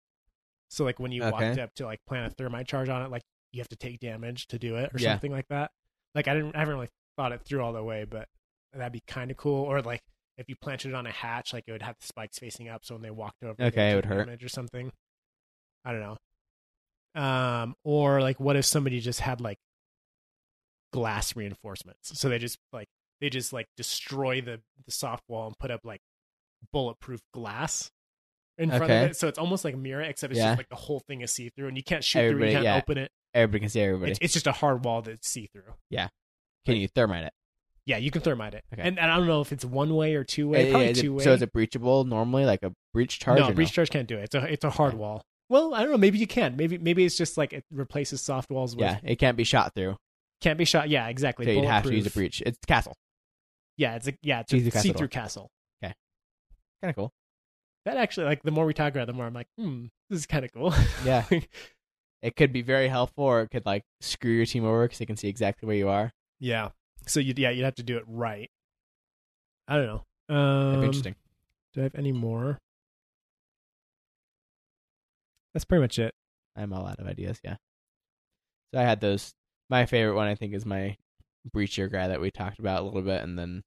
Speaker 2: So like when you
Speaker 1: Okay.
Speaker 2: walked up to like plant a thermite charge on it, like you have to take damage to do it or
Speaker 1: Yeah.
Speaker 2: something like that. Like I didn't I haven't really thought it through all the way, but that'd be kind of cool. Or like if you planted it on a hatch, like it would have the spikes facing up, so when they walked over, they'd
Speaker 1: Okay, it
Speaker 2: take
Speaker 1: would hurt.
Speaker 2: damage or something. I don't know. Um, or like what if somebody just had like glass reinforcements? So they just like they just like destroy the the soft wall and put up like bulletproof glass in front
Speaker 1: Okay.
Speaker 2: of it. So it's almost like a mirror, except it's
Speaker 1: Yeah.
Speaker 2: just like the whole thing is see through, and you can't shoot through,
Speaker 1: Everybody-
Speaker 2: you can't
Speaker 1: yeah.
Speaker 2: open it.
Speaker 1: Everybody can see everybody.
Speaker 2: It's, it's just a hard wall that's see through.
Speaker 1: can you thermite it?
Speaker 2: Yeah, you can thermite it,
Speaker 1: Okay.
Speaker 2: and, and I don't know if it's one way or two way,
Speaker 1: Uh,
Speaker 2: probably
Speaker 1: yeah, is it-
Speaker 2: two way.
Speaker 1: So is it breachable normally, like a breach charge? or
Speaker 2: no, breach charge can't do it. It's a it's a hard
Speaker 1: Okay.
Speaker 2: wall. Well, I don't know. Maybe you can. Maybe maybe it's just like it replaces soft walls with
Speaker 1: Yeah, it can't be shot through,
Speaker 2: can't be shot. Yeah, exactly.
Speaker 1: so you'd have to use a
Speaker 2: Bulletproof.
Speaker 1: breach. It's castle.
Speaker 2: Yeah, it's a yeah, it's
Speaker 1: See-through
Speaker 2: a
Speaker 1: castle
Speaker 2: see through castle.
Speaker 1: Kind of cool.
Speaker 2: That actually, like, the more we talk about, it, the more I'm like, hmm, this is kind of cool.
Speaker 1: Yeah, it could be very helpful, or it could like screw your team over because they can see exactly where you are.
Speaker 2: Yeah. So you yeah, you'd have to do it right. I don't know.
Speaker 1: That'd
Speaker 2: Um,
Speaker 1: be interesting.
Speaker 2: Do I have any more? That's pretty much it.
Speaker 1: I'm all out of ideas. Yeah. So I had those. My favorite one, I think, is my breacher guy that we talked about a little bit, and then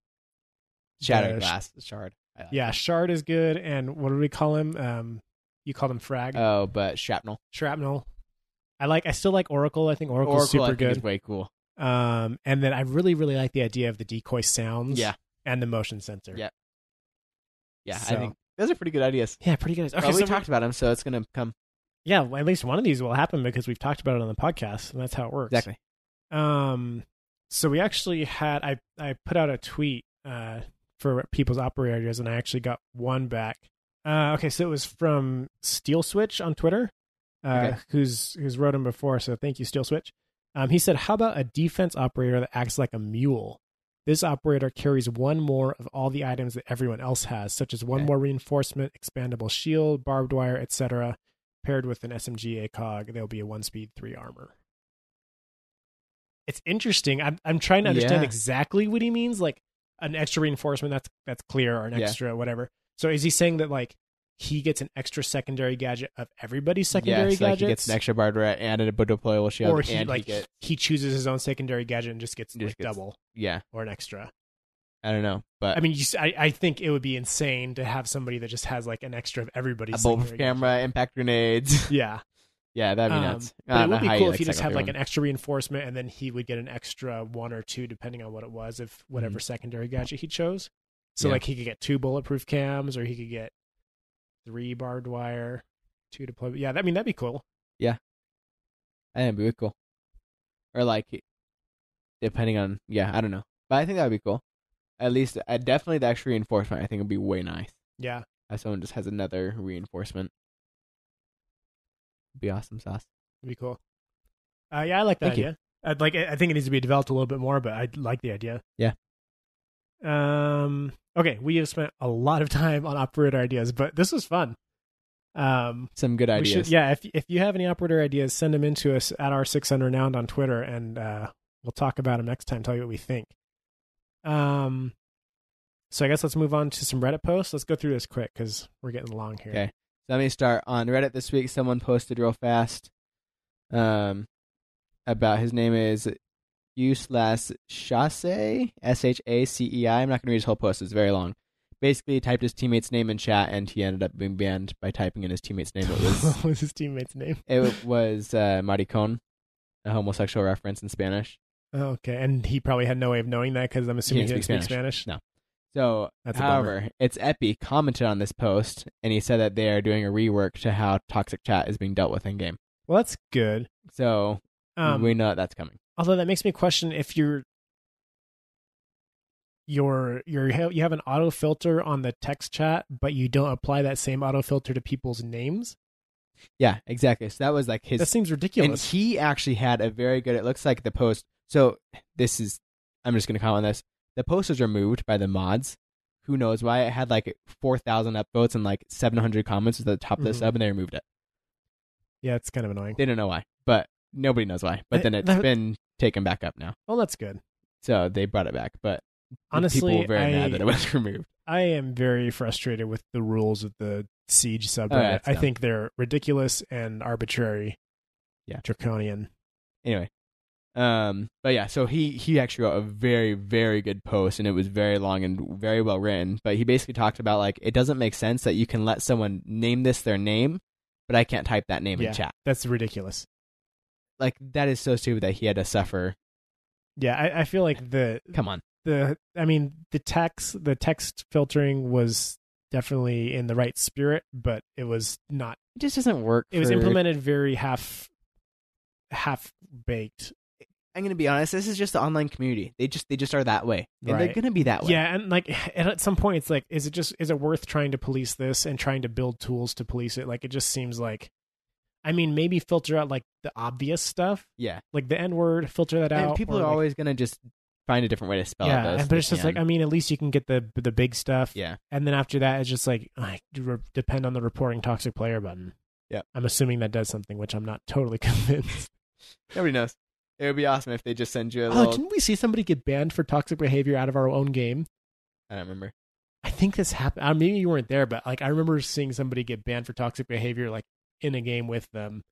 Speaker 1: shattered
Speaker 2: The sh-
Speaker 1: glass shard. I like
Speaker 2: Yeah, shard is good, and what do we call him? Um, you call him frag,
Speaker 1: that. Oh, but shrapnel.
Speaker 2: shrapnel. I like. I still like Oracle. I think Oracle's
Speaker 1: Oracle, I
Speaker 2: super
Speaker 1: think,
Speaker 2: good.
Speaker 1: is way cool.
Speaker 2: Um, and then I really, really like the idea of the decoy sounds.
Speaker 1: Yeah.
Speaker 2: and the motion sensor.
Speaker 1: Yeah. Yeah,
Speaker 2: So-
Speaker 1: I think those are pretty good ideas.
Speaker 2: yeah, pretty good. Okay,
Speaker 1: well, we
Speaker 2: so we-
Speaker 1: talked about them, so it's gonna come
Speaker 2: yeah, at least one of these will happen because we've talked about it on the podcast, and that's how it works.
Speaker 1: exactly.
Speaker 2: Um, so we actually had I I put out a tweet uh for people's operator ideas, and I actually got one back. Uh, okay, so it was from Steel Switch on Twitter, uh,
Speaker 1: Okay.
Speaker 2: who's who's wrote him before. So thank you, Steel Switch. Um, he said, "How about a defense operator that acts like a mule? This operator carries one more of all the items that everyone else has, such as one
Speaker 1: Okay.
Speaker 2: more reinforcement, expandable shield, barbed wire, etc. Paired with an SMG ACOG, they'll be a one-speed three armor." It's interesting. I'm I'm trying to understand
Speaker 1: Yeah.
Speaker 2: exactly what he means. Like an extra reinforcement that's that's clear or an
Speaker 1: Yeah.
Speaker 2: extra whatever. So is he saying that like he gets an extra secondary gadget of everybody's secondary
Speaker 1: yes,
Speaker 2: gadget?
Speaker 1: like he gets an extra bar turret and a deployable shield,
Speaker 2: or he
Speaker 1: and
Speaker 2: like
Speaker 1: he gets
Speaker 2: he chooses his own secondary gadget and just gets
Speaker 1: Just
Speaker 2: like
Speaker 1: gets-
Speaker 2: double
Speaker 1: yeah.
Speaker 2: or an extra.
Speaker 1: I don't know, but
Speaker 2: I mean, you, s- I I think it would be insane to have somebody that just has like an extra of everybody's
Speaker 1: a bulb
Speaker 2: secondary gadget.
Speaker 1: camera, impact grenades.
Speaker 2: Yeah,
Speaker 1: yeah, that'd be
Speaker 2: Um,
Speaker 1: nuts. I
Speaker 2: but it
Speaker 1: don't know
Speaker 2: would be
Speaker 1: how
Speaker 2: cool
Speaker 1: you,
Speaker 2: if he just had like
Speaker 1: cycle
Speaker 2: an extra reinforcement, and then he would get an extra one or two depending on what it was, if whatever secondary gadget he chose. So
Speaker 1: Mm-hmm. Yeah.
Speaker 2: like he could get two bulletproof cams, or he could get three barbed wire, two deploy. Yeah, that- I mean that'd be cool.
Speaker 1: I think it'd be cool. Or like, depending on yeah, I don't know, but I think that would be cool. At least, I definitely the extra reinforcement. I think would be way nice.
Speaker 2: Yeah,
Speaker 1: If someone just has another reinforcement, be awesome sauce.
Speaker 2: it'd be cool. Uh, yeah, I like that
Speaker 1: Thank you.
Speaker 2: idea. I'd like. I think it needs to be developed a little bit more, but I like the idea.
Speaker 1: Yeah.
Speaker 2: Um. Okay, we have spent a lot of time on operator ideas, but this was fun. Um.
Speaker 1: Some good
Speaker 2: We
Speaker 1: ideas.
Speaker 2: should- yeah, if if you have any operator ideas, send them in to us at our 600 renowned on Twitter, and uh, we'll talk about them next time. Tell you what we think. Um, so I guess let's move on to some Reddit posts. Let's go through this quick because we're getting long here.
Speaker 1: Okay. So let me start on Reddit this week. Someone posted real fast um, about his name is U slash Chasse, S H A C E I. I'm not going to read his whole post, it's very long. Basically, he typed his teammate's name in chat and he ended up being banned by typing in his teammate's name. It was,
Speaker 2: what was his teammate's name?
Speaker 1: it was uh, Maricon, a homosexual reference in Spanish.
Speaker 2: Oh, okay, and he probably had no way of knowing that because I'm assuming he
Speaker 1: didn't
Speaker 2: didn't
Speaker 1: speak
Speaker 2: speak Spanish.
Speaker 1: No. So
Speaker 2: That's a bummer.
Speaker 1: However, it's Epi commented on this post and he said that they are doing a rework to how toxic chat is being dealt with in game.
Speaker 2: Well, that's good.
Speaker 1: So
Speaker 2: Um,
Speaker 1: we know that that's coming.
Speaker 2: although that makes me question if you're your your you have an auto filter on the text chat but you don't apply that same auto filter to people's names
Speaker 1: Yeah, exactly. So that was like
Speaker 2: that
Speaker 1: his.
Speaker 2: seems
Speaker 1: And
Speaker 2: ridiculous
Speaker 1: he actually had a very good. It looks like the post. So this is. I'm just going to comment on this. The post was removed by the mods. Who knows why? It had like 4,000 upvotes and like 700 comments at the top of the
Speaker 2: Mhm.
Speaker 1: sub and they removed it.
Speaker 2: yeah it's kind of annoying
Speaker 1: They don't know why, but nobody knows why. But
Speaker 2: I-
Speaker 1: then it's
Speaker 2: that-
Speaker 1: been taken back up now.
Speaker 2: well that's good
Speaker 1: So they brought it back. But
Speaker 2: honestly
Speaker 1: people were very
Speaker 2: I,
Speaker 1: mad that it was removed.
Speaker 2: I am very frustrated with the rules of the siege subreddit
Speaker 1: Oh, yeah, it's
Speaker 2: i
Speaker 1: dumb.
Speaker 2: think they're ridiculous and arbitrary
Speaker 1: Yeah.
Speaker 2: draconian
Speaker 1: Anyway, um, but yeah, so he he actually wrote a very very good post, and it was very long and very well written. But he basically talked about like it doesn't make sense that you can let someone name this their name, but I can't type that name
Speaker 2: Yeah.
Speaker 1: in chat.
Speaker 2: That's ridiculous.
Speaker 1: Like that is so stupid that he had to suffer.
Speaker 2: Yeah, I, I feel like the
Speaker 1: Come on,
Speaker 2: the I mean the text the text filtering was definitely in the right spirit, but it was not.
Speaker 1: it just doesn't work.
Speaker 2: It was
Speaker 1: for-
Speaker 2: implemented very half half baked.
Speaker 1: I'm gonna be honest. This is just the online community. They just they just are that way, and they're
Speaker 2: Right.
Speaker 1: gonna be that way.
Speaker 2: Yeah, and like and at some point, it's like, is it just is it worth trying to police this and trying to build tools to police it? Like it just seems like, I mean, maybe filter out like the obvious stuff,
Speaker 1: yeah.
Speaker 2: like the N word, filter that
Speaker 1: And
Speaker 2: out.
Speaker 1: people
Speaker 2: or,
Speaker 1: are
Speaker 2: like-
Speaker 1: always oh, gonna just find a different way to spell
Speaker 2: yeah,
Speaker 1: it. though, so
Speaker 2: but
Speaker 1: they
Speaker 2: it's just
Speaker 1: can.
Speaker 2: like I mean, at least you can get the the big stuff.
Speaker 1: yeah,
Speaker 2: and then after that it's just like I re- depend on the reporting toxic player button
Speaker 1: Yep.
Speaker 2: i'm assuming that does something which i'm not totally convinced
Speaker 1: nobody knows. It would be awesome if they just send you a
Speaker 2: oh
Speaker 1: little.
Speaker 2: didn't we see somebody get banned for toxic behavior out of our own game
Speaker 1: I don't remember.
Speaker 2: i think this happened I maybe you weren't there but like i remember seeing somebody get banned for toxic behavior like in a game with them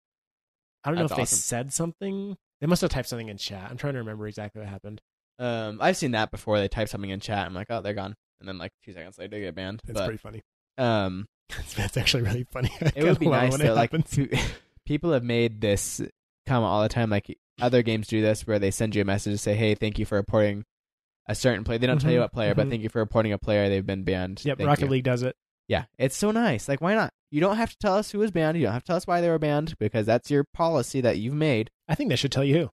Speaker 2: i don't know
Speaker 1: That's
Speaker 2: if they
Speaker 1: awesome.
Speaker 2: said something they must have typed something in chat i'm trying to remember exactly what happened
Speaker 1: Um, I've seen that before. They type something in chat. I'm like, oh, they're gone, and then like two seconds later, they get banned.
Speaker 2: it's
Speaker 1: but
Speaker 2: pretty funny
Speaker 1: um,
Speaker 2: that's actually really funny I
Speaker 1: it would
Speaker 2: kinda
Speaker 1: be
Speaker 2: love it
Speaker 1: nice
Speaker 2: when
Speaker 1: though.
Speaker 2: it
Speaker 1: Like
Speaker 2: happens.
Speaker 1: pe- people have made this comment all the time. Like other games do this, where they send you a message to say, "Hey, thank you for reporting a certain player." They don't tell you
Speaker 2: Mhm,
Speaker 1: what player, but
Speaker 2: mhm.
Speaker 1: thank you for reporting a player. They've been banned.
Speaker 2: yep
Speaker 1: Thank
Speaker 2: rocket
Speaker 1: you."
Speaker 2: league does it
Speaker 1: Yeah, it's so nice. Like, why not? You don't have to tell us who was banned. You don't have to tell us why they were banned because that's your policy that you've made.
Speaker 2: i think they should tell you who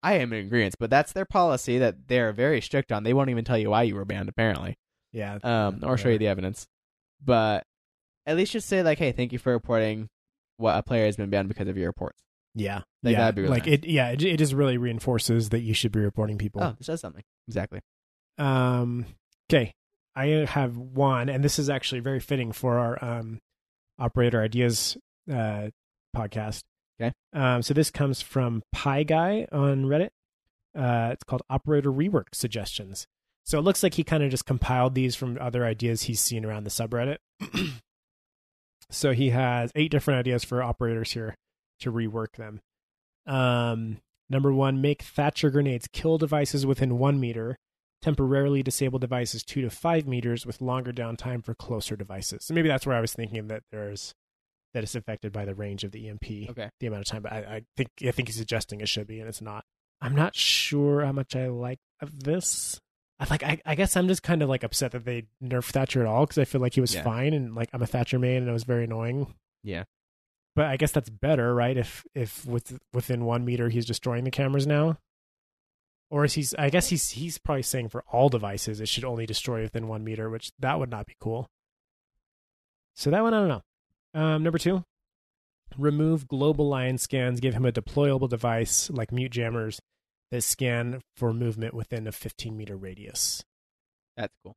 Speaker 1: I am in agreement, but that's their policy that they're very strict on. They won't even tell you why you were banned, apparently,
Speaker 2: yeah
Speaker 1: um, or show you the evidence. But at least just say like, "Hey, thank you for reporting what a player has been banned because of your reports."
Speaker 2: Yeah,
Speaker 1: Like,
Speaker 2: yeah.
Speaker 1: that'd be really
Speaker 2: like
Speaker 1: nice.
Speaker 2: it. Yeah, it, it just really reinforces that you should be reporting
Speaker 1: Oh,
Speaker 2: people.
Speaker 1: this does something. Exactly. Oh.
Speaker 2: Um, okay, I have one, and this is actually very fitting for our um, operator ideas uh, podcast.
Speaker 1: Okay.
Speaker 2: Um, so this comes from Pie Guy on Reddit. Uh, it's called Operator Rework Suggestions. So it looks like he kind of just compiled these from other ideas he's seen around the subreddit. so he has eight different ideas for operators here to rework them. Um, number one, make Thatcher grenades kill devices within one meter, temporarily disable devices two to five meters with longer downtime for closer devices. So maybe that's where I was thinking that there's that it's affected by the range of the E EMP
Speaker 1: Okay.
Speaker 2: the amount of time, but I, I think I think he's suggesting it should be, and it's not. I'm not sure how much I like of this. I like. I, I guess I'm just kind of like upset that they nerfed Thatcher at all because I feel like he was
Speaker 1: Yeah.
Speaker 2: fine, and like I'm a Thatcher man, and it was very annoying.
Speaker 1: Yeah.
Speaker 2: but I guess that's better, right? If if with within one meter he's destroying the cameras now, or is he's? I guess he's he's probably saying for all devices it should only destroy within one meter, which that would not be cool. So that one I don't know. Um, number two, remove global line scans, give him a deployable device like mute jammers that scan for movement within a 15 meter radius.
Speaker 1: That's cool.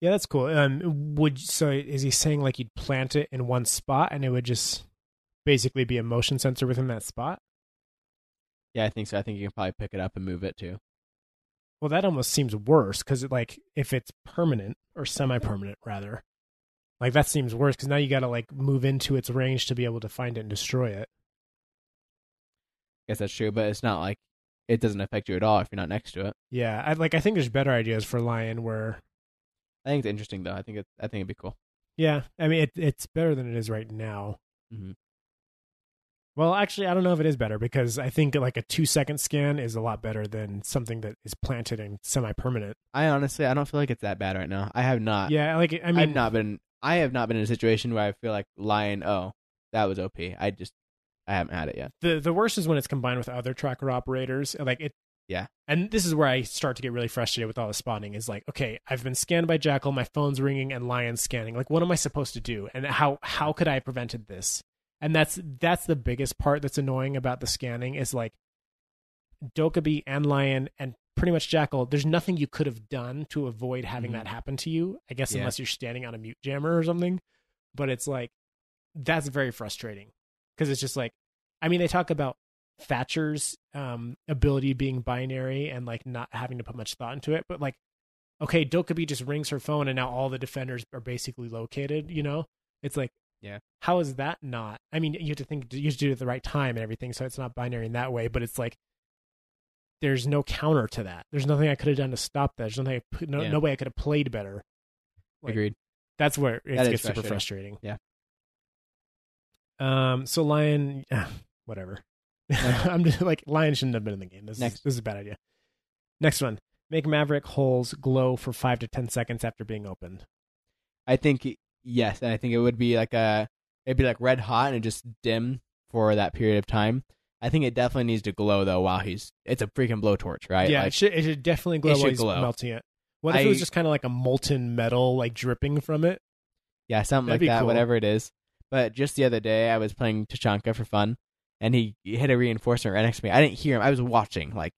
Speaker 2: Yeah, that's cool. Um, would so is he saying like you'd plant it in one spot and it would just basically be a motion sensor within that spot?
Speaker 1: Yeah, I think so. I think you can probably pick it up and move it too.
Speaker 2: Well, that almost seems worse because like if it's permanent or semi-permanent rather, like that seems worse because now you got to like move into its range to be able to find it and destroy it.
Speaker 1: guess that's true, but it's not like it doesn't affect you at all if you're not next to it.
Speaker 2: Yeah, I like I think there's better ideas for lion where
Speaker 1: I think it's interesting though. I think it. I think it'd be cool.
Speaker 2: Yeah, I mean it, it's better than it is right now.
Speaker 1: Mhm.
Speaker 2: Well, actually, I don't know if it is better because I think like a two second scan is a lot better than something that is planted and semi permanent.
Speaker 1: I honestly, I don't feel like it's that bad right now. I have not.
Speaker 2: yeah, like I
Speaker 1: I
Speaker 2: mean,
Speaker 1: have not been. I have not been in a situation where I feel like lying. Oh, that was op. I just. I haven't had it yet.
Speaker 2: the the worst is when it's combined with other tracker operators. Like it.
Speaker 1: Yeah.
Speaker 2: and this is where I start to get really frustrated with all the spawning. Is like, okay, I've been scanned by Jackal, my phone's ringing, and Lion's scanning. Like, what am I supposed to do? And how how could I have prevented this? And that's that's the biggest part that's annoying about the scanning is like Dokubi and Lion and pretty much Jackal, there's nothing you could have done to avoid having
Speaker 1: Mhm.
Speaker 2: that happen to you. I guess
Speaker 1: Yeah.
Speaker 2: unless you're standing on a mute jammer or something. But it's like that's very frustrating because it's just like I mean they talk about Thatcher's um ability being binary and like not having to put much thought into it, but like okay, Dokubi just rings her phone and now all the defenders are basically located, you know? It's like
Speaker 1: Yeah.
Speaker 2: How is that not? I mean, you have to think you have to do it at the right time and everything, so it's not binary in that way. But it's like there's no counter to that. There's nothing I could have done to stop that. There's nothing. I, put- no,
Speaker 1: Yeah.
Speaker 2: no way I could have played better. Like,
Speaker 1: Agreed.
Speaker 2: That's where it
Speaker 1: That is
Speaker 2: gets super frustrating.
Speaker 1: Yeah.
Speaker 2: Um. So Lion, whatever.
Speaker 1: Next.
Speaker 2: I'm just like Lion shouldn't have been in the game. This is
Speaker 1: Next.
Speaker 2: this is a bad idea. Next one. Make Maverick holes glow for five to ten seconds after being opened.
Speaker 1: I think yes, and I think it would be like a it'd be like red hot and it just dim for that period of time. I think it definitely needs to glow though while he's it's a freaking blowtorch, right?
Speaker 2: yeah,
Speaker 1: Like,
Speaker 2: it should it should definitely glow
Speaker 1: It
Speaker 2: while
Speaker 1: should
Speaker 2: he's
Speaker 1: glow.
Speaker 2: melting it. What if it was
Speaker 1: I-
Speaker 2: just kind of like a molten metal like dripping from it?
Speaker 1: Yeah, something
Speaker 2: That'd
Speaker 1: like
Speaker 2: be
Speaker 1: that,
Speaker 2: cool.
Speaker 1: whatever it is. But just the other day, I was playing Tachanka for fun, and he he hit a reinforcement right next to me. I didn't hear him. I was watching like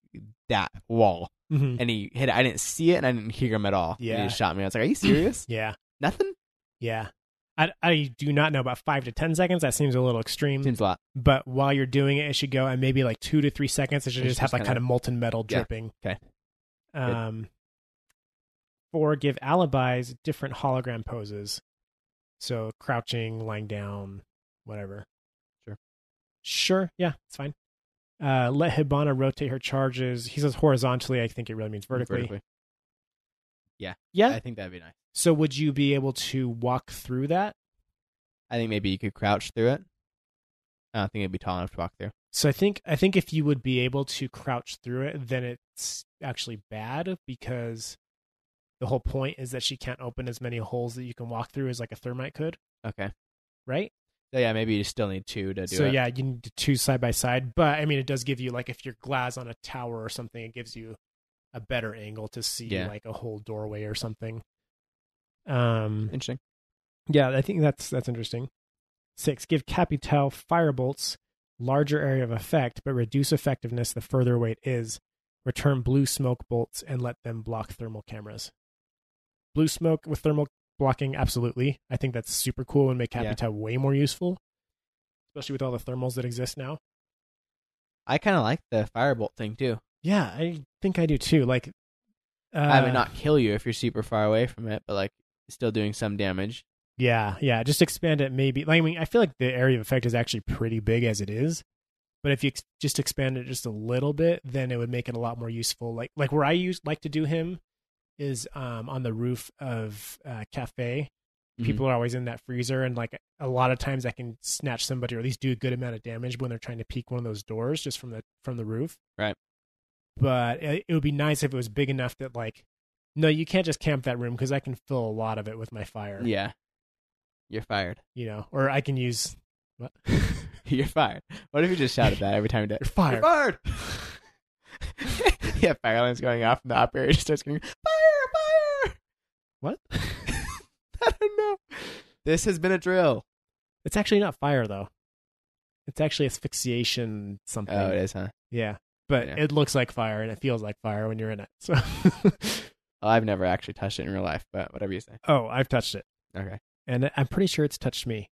Speaker 1: that wall,
Speaker 2: Mm-hmm.
Speaker 1: and he hit. It. I didn't see it, and I didn't hear him at all. And
Speaker 2: Yeah.
Speaker 1: he just shot me. I was like, "Are you serious?
Speaker 2: Yeah,
Speaker 1: Nothing."
Speaker 2: yeah. I, I do not know about five to ten seconds. That seems a little extreme.
Speaker 1: Seems a lot.
Speaker 2: but while you're doing it, it should go and maybe like two to three seconds. It should
Speaker 1: It's
Speaker 2: just have
Speaker 1: just
Speaker 2: like
Speaker 1: kinda-
Speaker 2: kind of molten metal
Speaker 1: Yeah.
Speaker 2: dripping.
Speaker 1: Okay. Good.
Speaker 2: Um, four, give alibis different hologram poses. So crouching, lying down, whatever.
Speaker 1: Sure.
Speaker 2: Sure. Yeah, it's fine. Uh, let Hibana rotate her charges. He says horizontally. I think it really means vertically. Yeah.
Speaker 1: I think that'd be nice.
Speaker 2: so would you be able to walk through that?
Speaker 1: I think maybe you could crouch through it. I don't think it'd be tall enough to walk through.
Speaker 2: So I think I think if you would be able to crouch through it, then it's actually bad because the whole point is that she can't open as many holes that you can walk through as like a thermite could,
Speaker 1: Okay.
Speaker 2: right?
Speaker 1: So yeah, maybe you still need two to do
Speaker 2: So
Speaker 1: it.
Speaker 2: yeah, you need to choose side by side, but I mean it does give you like if you're glass on a tower or something, it gives you a better angle to see
Speaker 1: Yeah.
Speaker 2: like a whole doorway or something. Um
Speaker 1: Interesting.
Speaker 2: yeah, I think that's that's interesting. Six, give Capital firebolts larger area of effect, but reduce effectiveness the further away it is. Return blue smoke bolts and let them block thermal cameras. Blue smoke with thermal blocking, absolutely. I think that's super cool and make
Speaker 1: Yeah.
Speaker 2: Capital way more useful, especially with all the thermals that exist now.
Speaker 1: I kind of like the firebolt thing too.
Speaker 2: Yeah, I think I do too. Like, uh,
Speaker 1: I would not kill you if you're super far away from it, but like still doing some damage.
Speaker 2: Yeah, yeah. Just expand it maybe. Like, I mean, I feel like the area of effect is actually pretty big as it is. But if you ex- just expand it just a little bit, then it would make it a lot more useful. Like like where I use like to do him is um on the roof of uh cafe.
Speaker 1: Mhm.
Speaker 2: People are always in that freezer and like a lot of times I can snatch somebody or at least do a good amount of damage when they're trying to peek one of those doors just from the from the roof.
Speaker 1: Right.
Speaker 2: But it, it would be nice if it was big enough that like no, you can't just camp that room because I can fill a lot of it with my fire
Speaker 1: Yeah. You're fired.
Speaker 2: you know, or I can use what?
Speaker 1: You're fired. What if you just shouted that every time you did?
Speaker 2: You're fired.
Speaker 1: fired. yeah, fire alarm's going off, and the operator just starts screaming, "Fire! Fire!"
Speaker 2: What?
Speaker 1: I don't know. This has been a drill.
Speaker 2: It's actually not fire though. It's actually asphyxiation something.
Speaker 1: Oh, it is, huh?
Speaker 2: Yeah. But
Speaker 1: Yeah.
Speaker 2: it looks like fire and it feels like fire when you're in it. So
Speaker 1: Well, I've never actually touched it in real life, but whatever you say.
Speaker 2: Oh, I've touched it.
Speaker 1: Okay.
Speaker 2: And I'm pretty sure it's touched me.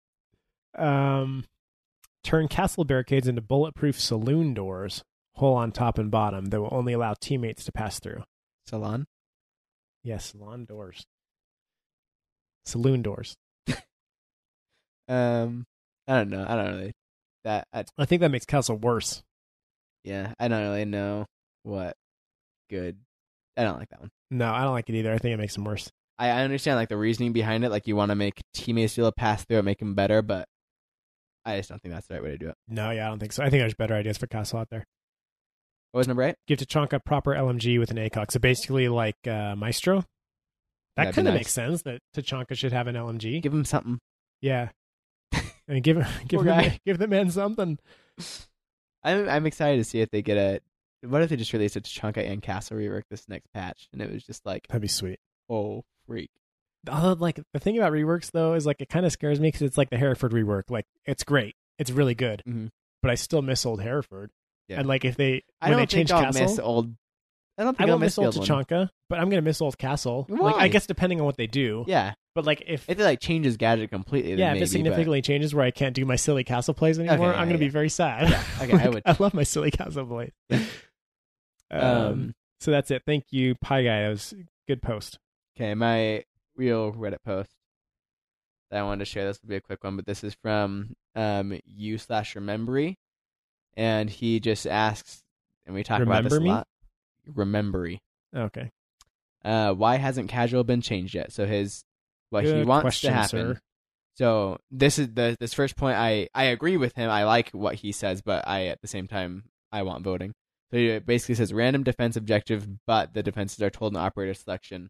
Speaker 2: Um turn castle barricades into bulletproof saloon doors, hole on top and bottom that will only allow teammates to pass through.
Speaker 1: Salon.
Speaker 2: Yes, salon doors. Saloon doors.
Speaker 1: Um, I don't know. I don't really. That. I,
Speaker 2: I think that makes castle worse.
Speaker 1: yeah, I don't really know what good. I don't like that one.
Speaker 2: No, I don't like it either. I think it makes them worse.
Speaker 1: I, I understand like the reasoning behind it. Like you want to make teammates feel a pass through it, make them better, but I just don't think that's the right way to do it.
Speaker 2: No, yeah, I don't think so. I think there's better ideas for Castle out there.
Speaker 1: What was number eight?
Speaker 2: Give Tachanka proper LMG with an ACOG. So basically, like uh, Maestro. That
Speaker 1: That'd be
Speaker 2: kind of
Speaker 1: nice.
Speaker 2: makes sense that Tachanka should have an LMG.
Speaker 1: Give him something.
Speaker 2: yeah. I mean, give give
Speaker 1: Poor
Speaker 2: the,
Speaker 1: guy.
Speaker 2: man- give the man something.
Speaker 1: I'm I'm excited to see if they get a. What if they just released a Tachanka and Castle rework this next patch, and it was just like,
Speaker 2: That'd be sweet.
Speaker 1: oh freak,
Speaker 2: Although, like the thing about reworks though is like it kind of scares me because it's like the Hereford rework. Like it's great, it's really good,
Speaker 1: Mhm.
Speaker 2: but I still miss old Hereford.
Speaker 1: Yeah.
Speaker 2: And like if they
Speaker 1: I don't
Speaker 2: when they
Speaker 1: think
Speaker 2: change
Speaker 1: I'll
Speaker 2: Castle,
Speaker 1: miss old. I don't
Speaker 2: I
Speaker 1: think I'll
Speaker 2: won't
Speaker 1: miss
Speaker 2: miss old
Speaker 1: the old one.
Speaker 2: Tachanka, but I'm gonna miss old Castle. Like
Speaker 1: Why?
Speaker 2: I guess depending on what they do.
Speaker 1: Yeah,
Speaker 2: But like if
Speaker 1: if it like changes gadget completely, then
Speaker 2: yeah,
Speaker 1: maybe,
Speaker 2: if it significantly changes where I can't do my silly castle plays anymore,
Speaker 1: Okay, yeah,
Speaker 2: I'm gonna be
Speaker 1: yeah.
Speaker 2: very sad.
Speaker 1: okay,
Speaker 2: Like,
Speaker 1: I would.
Speaker 2: love my silly castle play.
Speaker 1: but,
Speaker 2: um,
Speaker 1: um,
Speaker 2: so that's it. Thank you, Pie Guy. That was a good post.
Speaker 1: okay, my real Reddit post that I wanted to share. This will be a quick one, but this is from um you slash remembery, and he just asks, and we talk about this
Speaker 2: Remember
Speaker 1: a
Speaker 2: me?
Speaker 1: lot. Remembery.
Speaker 2: Okay.
Speaker 1: Uh, why hasn't casual been changed yet? So his what he
Speaker 2: Good
Speaker 1: wants
Speaker 2: question,
Speaker 1: to happen.
Speaker 2: sir.
Speaker 1: So this is the this first point. I I agree with him. I like what he says, but I at the same time I want voting. So it basically says random defense objective, but the defenses are told in operator selection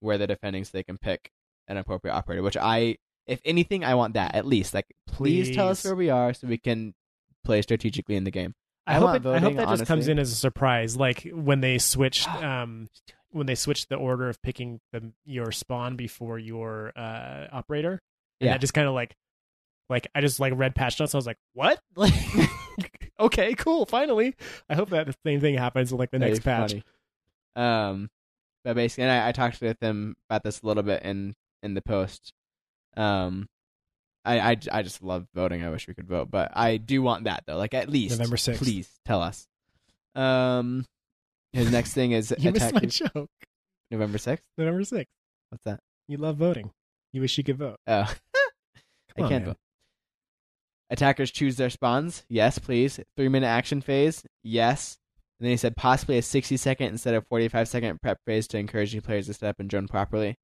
Speaker 1: where they're defending, so they can pick an appropriate operator. Which I, if anything, I want that at least. Like, please, tell us
Speaker 2: Please.
Speaker 1: where we are so we can play strategically in the game.
Speaker 2: I,
Speaker 1: I
Speaker 2: hope
Speaker 1: want
Speaker 2: it, I hope
Speaker 1: voting,
Speaker 2: that just comes
Speaker 1: honestly. Ah.
Speaker 2: in as a surprise, like when they switched um when they switched the order of picking the your spawn before your uh operator. And
Speaker 1: Yeah.
Speaker 2: that just kind of like like I just like read patch notes. I was like, what? Like, okay, cool. Finally, I hope that the same thing happens in like the
Speaker 1: That'd
Speaker 2: next
Speaker 1: be
Speaker 2: patch.
Speaker 1: funny. Um, but basically, and I, I talked with them about this a little bit in in the post. Um, I, I, I just love voting. I wish we could vote, but I do want that though. Like at least
Speaker 2: November 6th.
Speaker 1: Please tell us. Um, his next thing is
Speaker 2: You missed
Speaker 1: attack
Speaker 2: my joke.
Speaker 1: November sixth.
Speaker 2: Number six.
Speaker 1: What's that?
Speaker 2: You love voting. You wish you could vote.
Speaker 1: Oh, I
Speaker 2: Come on,
Speaker 1: can't
Speaker 2: man.
Speaker 1: vote. Attackers choose their spawns. Yes, please. Three minute action phase. Yes. And then he said possibly a 60 second instead of 45 second prep phase to encourage new players to set up and drone properly.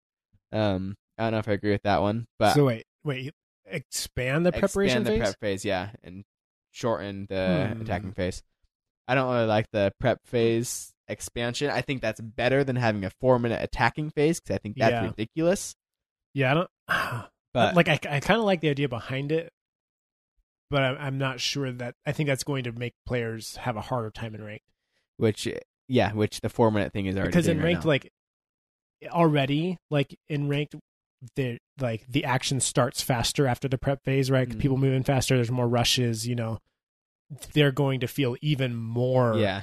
Speaker 1: Um, I don't know if I agree with that one, but
Speaker 2: so wait, wait. Expand the preparation
Speaker 1: expand the
Speaker 2: phase.
Speaker 1: prep phase, yeah, and shorten the
Speaker 2: Hmm.
Speaker 1: attacking phase. I don't really like the prep phase expansion. I think that's better than having a four minute attacking phase because I think that's
Speaker 2: Yeah.
Speaker 1: ridiculous.
Speaker 2: Yeah, I don't.
Speaker 1: But
Speaker 2: like I, I kind of like the idea behind it, but I'm, I'm not sure that I think that's going to make players have a harder time in ranked
Speaker 1: which, yeah, which the four minute thing is already
Speaker 2: because
Speaker 1: doing
Speaker 2: in
Speaker 1: right
Speaker 2: ranked
Speaker 1: now.
Speaker 2: like already like in ranked the like the action starts faster after the prep phase right 'Cause
Speaker 1: Mhm.
Speaker 2: people move in faster there's more rushes you know they're going to feel even more
Speaker 1: yeah,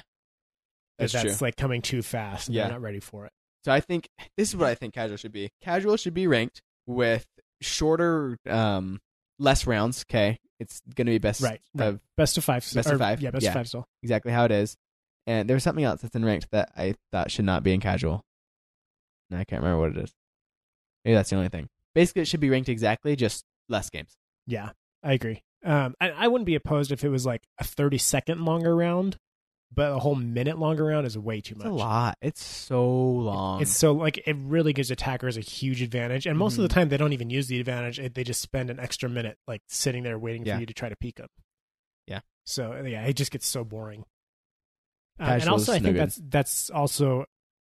Speaker 1: that's
Speaker 2: that
Speaker 1: true.
Speaker 2: that's like coming too fast and
Speaker 1: Yeah.
Speaker 2: they're not ready for it
Speaker 1: So I think this is what I think casual should be. Casual should be ranked with shorter, um, less rounds. Okay, it's gonna be best
Speaker 2: Right, right.
Speaker 1: of
Speaker 2: best of five
Speaker 1: Best of
Speaker 2: or-
Speaker 1: five,
Speaker 2: yeah best
Speaker 1: yeah.
Speaker 2: of five still
Speaker 1: exactly how it is. And there was something else that's in ranked that I thought should not be in casual. And I can't remember what it is. Maybe that's the only thing. Basically, it should be ranked exactly, just less games.
Speaker 2: Yeah, I agree. Um, I, I wouldn't be opposed if it was like a thirty second longer round, but a whole minute longer round is way too
Speaker 1: It's
Speaker 2: much.
Speaker 1: a lot. It's so long.
Speaker 2: It's so like it really gives attackers a huge advantage, and most of
Speaker 1: Mm-hmm.
Speaker 2: the time they don't even use the advantage. It, they just spend an extra minute like sitting there waiting
Speaker 1: Yeah.
Speaker 2: for you to try to peek them.
Speaker 1: Yeah.
Speaker 2: So yeah, it just gets so boring. Um, and
Speaker 1: Casual is
Speaker 2: also, I
Speaker 1: no
Speaker 2: think
Speaker 1: good.
Speaker 2: that's that's also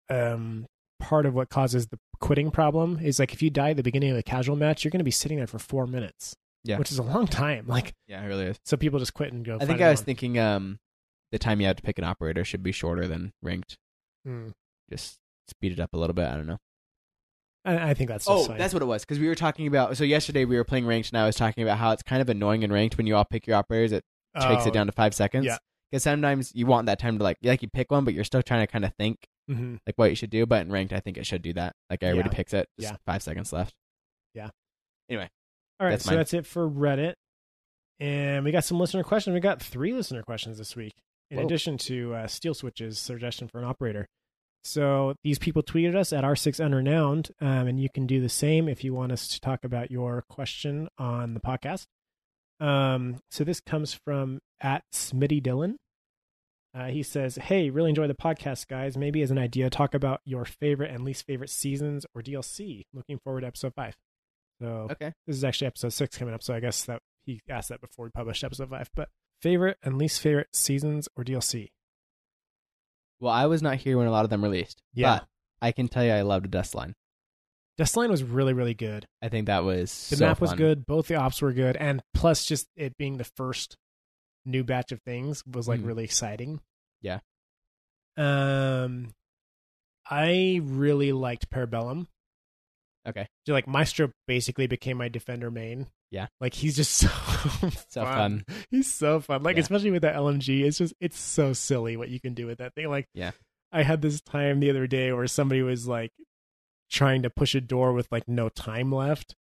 Speaker 2: um, part of what causes the quitting problem. Is like if you die at the beginning of a casual match, you're going to be sitting there for four minutes,
Speaker 1: Yeah.
Speaker 2: which is a long time. Like
Speaker 1: yeah, it really is.
Speaker 2: so people just quit and go.
Speaker 1: I think I was thinking um, the time you have to pick an operator should be shorter than ranked.
Speaker 2: thinking.
Speaker 1: Just speed it up a little bit. I don't know.
Speaker 2: I, I think that's.
Speaker 1: Oh,
Speaker 2: just fine.
Speaker 1: that's what it was. Because we were talking about. So yesterday we were playing ranked, and I was talking about how it's kind of annoying in ranked when you all pick your operators. It takes
Speaker 2: Oh,
Speaker 1: it down to five seconds.
Speaker 2: yeah.
Speaker 1: Because sometimes you want that time to like, like you pick one, but you're still trying to kind of think
Speaker 2: mhm.
Speaker 1: like what you should do. But in ranked, I think it should do that. Like I already
Speaker 2: Yeah.
Speaker 1: picks it. Just
Speaker 2: Yeah.
Speaker 1: Five seconds left.
Speaker 2: All right,
Speaker 1: That's
Speaker 2: so
Speaker 1: mine.
Speaker 2: that's it for Reddit, and we got some listener questions. We got three listener questions this week, in
Speaker 1: Whoa.
Speaker 2: addition to uh, Steel Switch's suggestion for an operator. So these people tweeted us at R6 Unrenowned, um, and you can do the same if you want us to talk about your question on the podcast. Um, so this comes from at Smitty Dillon. Uh, he says, "Hey, really enjoy the podcast, guys. Maybe as an idea, talk about your favorite and least favorite seasons or DLC. Looking forward to episode five. So
Speaker 1: Okay.
Speaker 2: this is actually episode six coming up, so I guess that he asked that before we published episode five. But favorite and least favorite seasons or DLC?
Speaker 1: Well, I was not here when a lot of them released.
Speaker 2: Yeah.
Speaker 1: But I can tell you, I loved Dustline.
Speaker 2: Dustline was really, really good.
Speaker 1: I think that was
Speaker 2: The
Speaker 1: so
Speaker 2: map was
Speaker 1: fun.
Speaker 2: good. Both the ops were good, and plus, just it being the first new batch of things was like
Speaker 1: Mm.
Speaker 2: really exciting.
Speaker 1: Yeah.
Speaker 2: Um, I really liked Parabellum.
Speaker 1: Okay.
Speaker 2: So, like Maestro basically became my defender main.
Speaker 1: Yeah.
Speaker 2: Like he's just so
Speaker 1: So fun.
Speaker 2: He's so fun. Like
Speaker 1: Yeah.
Speaker 2: especially with that LMG, it's just it's so silly what you can do with that thing. Like
Speaker 1: Yeah.
Speaker 2: I had this time the other day where somebody was like trying to push a door with like no time left.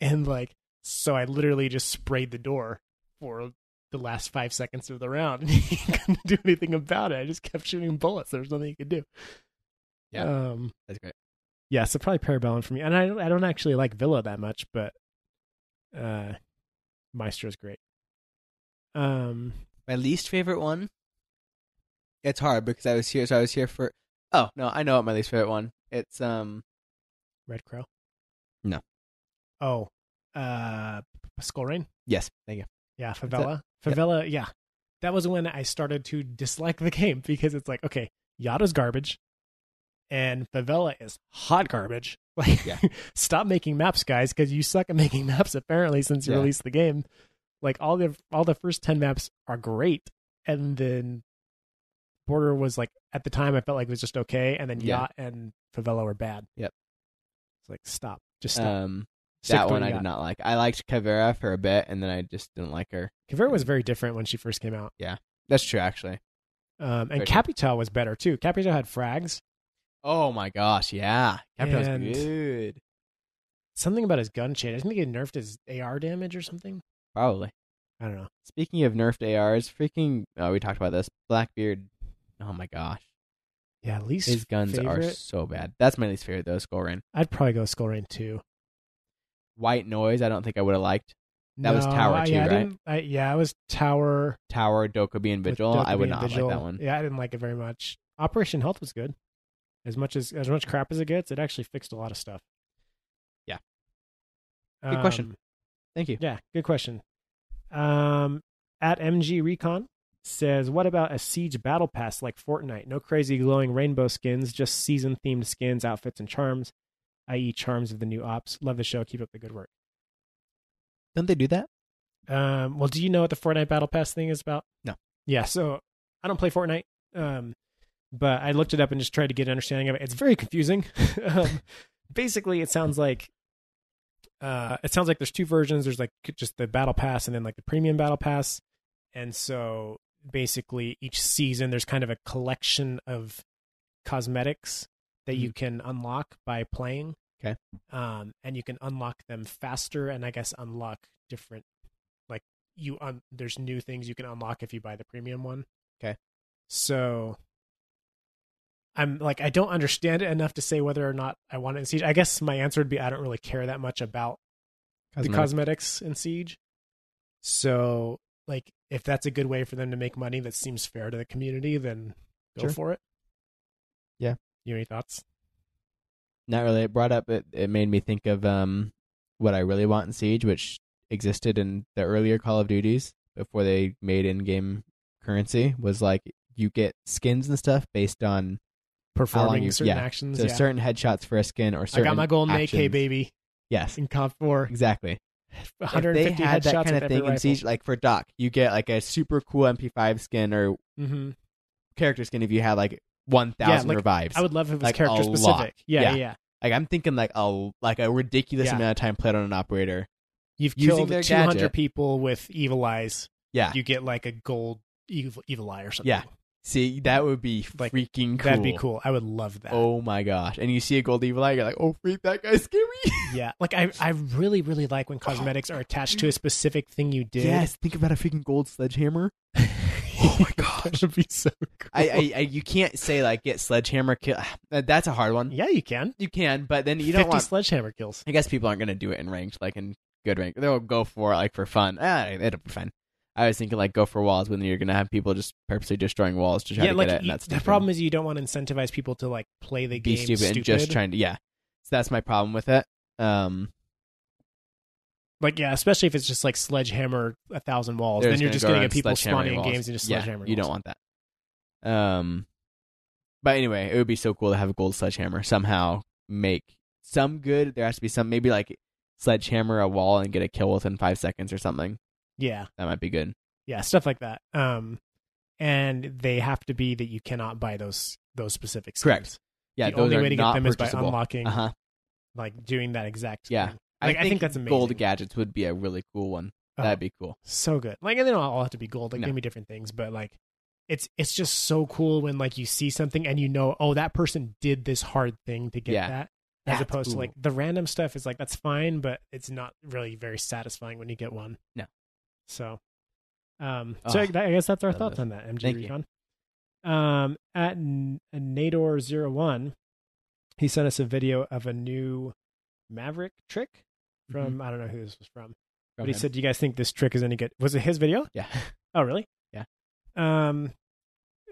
Speaker 2: And like so I literally just sprayed the door for the last five seconds of the round and he couldn't do anything about it. I just kept shooting bullets. There was nothing he could do.
Speaker 1: Yeah.
Speaker 2: Um
Speaker 1: That's great.
Speaker 2: yeah, so probably Parabellum for me. And I don't I don't actually like Villa that much, but Uh, Maestro's great. Um,
Speaker 1: My least favorite one. It's hard because I was here. So I was here for. Oh no, I know what my least favorite one. It's um.
Speaker 2: Red Crow.
Speaker 1: No.
Speaker 2: Oh, uh, Skull Rain.
Speaker 1: Yes, thank you.
Speaker 2: Yeah, favela. Favela, yeah. That was when I started to dislike the game because it's like, okay, Yada's garbage and favela is hot garbage. Like
Speaker 1: Yeah.
Speaker 2: stop making maps, guys, because you suck at making maps apparently since you
Speaker 1: Yeah.
Speaker 2: released the game. Like all the all the first ten maps are great. And then Border was like at the time I felt like it was just okay, and then
Speaker 1: Yeah.
Speaker 2: Yacht and Favela were bad.
Speaker 1: Yep.
Speaker 2: It's like stop. Just stop.
Speaker 1: Um,
Speaker 2: Stick
Speaker 1: that
Speaker 2: with
Speaker 1: one I
Speaker 2: Yacht.
Speaker 1: did not like. I liked Cavera for a bit, and then I just didn't like her.
Speaker 2: Kaveri was very different when she first came out.
Speaker 1: That's true, actually.
Speaker 2: Um, and
Speaker 1: Very good.
Speaker 2: Capital was better too. Capital had frags.
Speaker 1: Oh my gosh, yeah, Capital's
Speaker 2: And-
Speaker 1: good.
Speaker 2: Something about his gun chain. I think it nerfed his AR damage or something.
Speaker 1: Probably.
Speaker 2: I don't know.
Speaker 1: Speaking of nerfed ARs, freaking. Oh, we talked about this. Blackbeard. Oh my gosh,
Speaker 2: Yeah, least
Speaker 1: his guns are
Speaker 2: favorite-
Speaker 1: so bad. That's my least favorite though. Scoring
Speaker 2: I'd probably go Skull Rain two.
Speaker 1: White Noise. I don't think I would have liked That was Tower
Speaker 2: I-
Speaker 1: too,
Speaker 2: yeah, I
Speaker 1: right?
Speaker 2: didn't- I, yeah, I was Tower.
Speaker 1: Tower, Dokubi, and
Speaker 2: with
Speaker 1: Vigil. I
Speaker 2: Dokubi
Speaker 1: would
Speaker 2: and
Speaker 1: not
Speaker 2: Vigil.
Speaker 1: like that one.
Speaker 2: Yeah, I didn't like it very much. Operation Health was good. As much as as much crap as it gets, it actually fixed a lot of stuff. Um,
Speaker 1: Yeah. Good question. Thank you.
Speaker 2: Yeah, good question. Um, at MG Recon says, "What about a siege battle pass like Fortnite? No crazy glowing rainbow skins, just season themed skins, outfits, and charms, i.e., charms of the new ops. Love the show. Keep up the good work."
Speaker 1: Don't they do that?
Speaker 2: Um, well, do you know what the Fortnite battle pass thing is about?
Speaker 1: No.
Speaker 2: Yeah, so I don't play Fortnite. Um, but I looked it up and just tried to get an understanding of it. It's very confusing. um, basically, it sounds like uh, it sounds like there's two versions. There's like just the battle pass and then like the premium battle pass. And so basically, each season there's kind of a collection of cosmetics that you can unlock by playing.
Speaker 1: Mm-hmm. Okay.
Speaker 2: Um, and you can unlock them faster, and I guess unlock different like you un- there's new things you can unlock if you buy the premium one.
Speaker 1: Okay.
Speaker 2: So I'm like I don't understand it enough to say whether or not I want it in Siege. I guess my answer would be I don't really care that much about the cosmetics in Siege. So like if that's a good way for them to make money that seems fair to the community, then go
Speaker 1: Sure.
Speaker 2: for it.
Speaker 1: Yeah.
Speaker 2: You have any thoughts?
Speaker 1: Not really. It brought up it, it made me think of um what I really want in Siege, which existed in the earlier Call of Duties before they made in game currency, was like you get skins and stuff based on
Speaker 2: Performing
Speaker 1: you-
Speaker 2: certain
Speaker 1: yeah.
Speaker 2: actions.
Speaker 1: so
Speaker 2: yeah.
Speaker 1: certain headshots for a skin or
Speaker 2: I
Speaker 1: certain
Speaker 2: got my golden AK
Speaker 1: actions.
Speaker 2: baby
Speaker 1: Yes.
Speaker 2: in comp four.
Speaker 1: Exactly. If
Speaker 2: 150
Speaker 1: they had
Speaker 2: headshots
Speaker 1: that kind
Speaker 2: with
Speaker 1: of
Speaker 2: every
Speaker 1: thing in
Speaker 2: rifle.
Speaker 1: Siege, like for Doc, you get like a super cool MP5 skin or
Speaker 2: Mm-hmm.
Speaker 1: character skin if you had like one thousand
Speaker 2: like,
Speaker 1: revives.
Speaker 2: I would love if it was
Speaker 1: Like, a
Speaker 2: character
Speaker 1: lot.
Speaker 2: specific. Yeah, yeah,
Speaker 1: Yeah.
Speaker 2: yeah.
Speaker 1: like I'm thinking like a like a ridiculous
Speaker 2: Yeah.
Speaker 1: amount of time played on an operator.
Speaker 2: You've
Speaker 1: Using
Speaker 2: killed
Speaker 1: their
Speaker 2: 200
Speaker 1: gadget.
Speaker 2: people with evil eyes.
Speaker 1: Yeah.
Speaker 2: You get like a gold evil, evil eye or something.
Speaker 1: Yeah, See, that would be
Speaker 2: Like,
Speaker 1: freaking cool.
Speaker 2: That'd be cool. I would love that.
Speaker 1: Oh my gosh. And you see a gold evil eye, you're like, oh freak, that guy's scary.
Speaker 2: Yeah. Like I, I really, really like when cosmetics are attached to a specific thing you did.
Speaker 1: Yes, think about a freaking gold sledgehammer.
Speaker 2: oh
Speaker 1: my gosh.
Speaker 2: that would be so cool.
Speaker 1: I, I, I you can't say like get sledgehammer kill Uh, that's a hard one.
Speaker 2: yeah, you can.
Speaker 1: You can, but then you
Speaker 2: 50
Speaker 1: don't want
Speaker 2: sledgehammer kills.
Speaker 1: I guess people aren't gonna do it in ranked, like in good rank. They'll go for it like for fun. Ah, it'll be fun. I was thinking like go for walls when you're gonna have people just purposely destroying walls to try
Speaker 2: yeah,
Speaker 1: to
Speaker 2: like
Speaker 1: get it and
Speaker 2: you-
Speaker 1: that's
Speaker 2: the
Speaker 1: stupid.
Speaker 2: problem is you don't want to incentivize people to like play the
Speaker 1: be
Speaker 2: game
Speaker 1: stupid, and just trying to yeah. So that's my problem with it. Um
Speaker 2: Like yeah, especially if it's just like sledgehammer a thousand walls,
Speaker 1: They're
Speaker 2: then you're just
Speaker 1: go
Speaker 2: going to
Speaker 1: around
Speaker 2: get people
Speaker 1: sledgehammering
Speaker 2: spawning in
Speaker 1: walls.
Speaker 2: games and just
Speaker 1: yeah,
Speaker 2: sledgehammer.
Speaker 1: You don't want that. Um, but anyway, it would be so cool to have a gold sledgehammer. Somehow make some good. There has to be some maybe like sledgehammer a wall and get a kill within five seconds or something.
Speaker 2: Yeah.
Speaker 1: That might be good.
Speaker 2: yeah stuff like that um and they have to be that you cannot buy those those specific skins.
Speaker 1: Correct. Yeah,
Speaker 2: the
Speaker 1: those
Speaker 2: only
Speaker 1: are
Speaker 2: way to get
Speaker 1: not
Speaker 2: them is by
Speaker 1: purchasable.
Speaker 2: unlocking
Speaker 1: Uh-huh.
Speaker 2: like doing that exact
Speaker 1: Yeah.
Speaker 2: thing. Like, I think that's
Speaker 1: Gold
Speaker 2: amazing.
Speaker 1: gadgets would be a really cool one.
Speaker 2: Oh,
Speaker 1: That'd be cool.
Speaker 2: so good like and they don't all have to be gold like
Speaker 1: No.
Speaker 2: they can be different things but like it's it's just so cool when like you see something and you know oh that person did this hard thing to get
Speaker 1: Yeah.
Speaker 2: that as
Speaker 1: That's
Speaker 2: opposed to
Speaker 1: cool.
Speaker 2: like the random stuff is like that's fine but it's not really very satisfying when you get one
Speaker 1: No.
Speaker 2: so um so
Speaker 1: Ah,
Speaker 2: I, I guess that's our
Speaker 1: love
Speaker 2: thoughts
Speaker 1: this.
Speaker 2: on that mg
Speaker 1: Thank you.
Speaker 2: recon um at N- nador01 he
Speaker 1: Mm-hmm.
Speaker 2: sent us a video of a new maverick trick from i don't know who this was from
Speaker 1: from
Speaker 2: But he
Speaker 1: him.
Speaker 2: said, "Do you guys think this trick is any good?" Was it his video?
Speaker 1: yeah.
Speaker 2: Oh, really?
Speaker 1: Yeah.
Speaker 2: Um,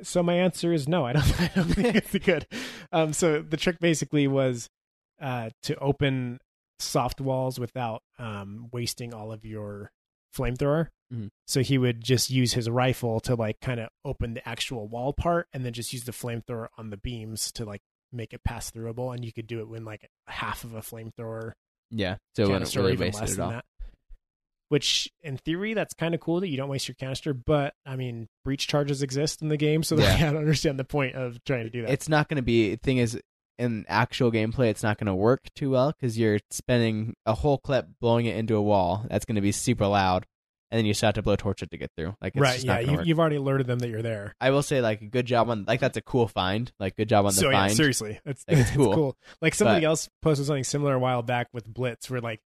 Speaker 2: so my answer is no. I don't. I don't think it's good. Um, so the trick basically was, uh, to open soft walls without um wasting all of your flamethrower.
Speaker 1: Mhm.
Speaker 2: So he would just use his rifle to like kind of open the actual wall part, and then just use the flamethrower on the beams to like make it pass throughable. And you could do it when like half of a flamethrower
Speaker 1: Yeah. So it
Speaker 2: canister or
Speaker 1: really
Speaker 2: even
Speaker 1: wasted
Speaker 2: less
Speaker 1: it
Speaker 2: than
Speaker 1: all.
Speaker 2: that. Which, in theory, that's kind of cool that you don't waste your canister. But I mean, breach charges exist in the game, so like, I don't understand the point of trying to do that.
Speaker 1: It's not going to be. Thing is, in actual gameplay, it's not going to work too well because you're spending a whole clip blowing it into a wall. That's going to be super loud, and then you still have to blowtorch it to get through. Like it's
Speaker 2: right?
Speaker 1: just
Speaker 2: Yeah,
Speaker 1: not gonna
Speaker 2: you,
Speaker 1: work.
Speaker 2: you've already alerted them that you're there.
Speaker 1: I will say, like, good job on like that's a cool find. Like, good job on the
Speaker 2: so yeah,
Speaker 1: find.
Speaker 2: seriously, it's,
Speaker 1: Like, it's
Speaker 2: it's
Speaker 1: cool.
Speaker 2: cool. Like somebody
Speaker 1: But-
Speaker 2: else posted something similar a while back with Blitz, where like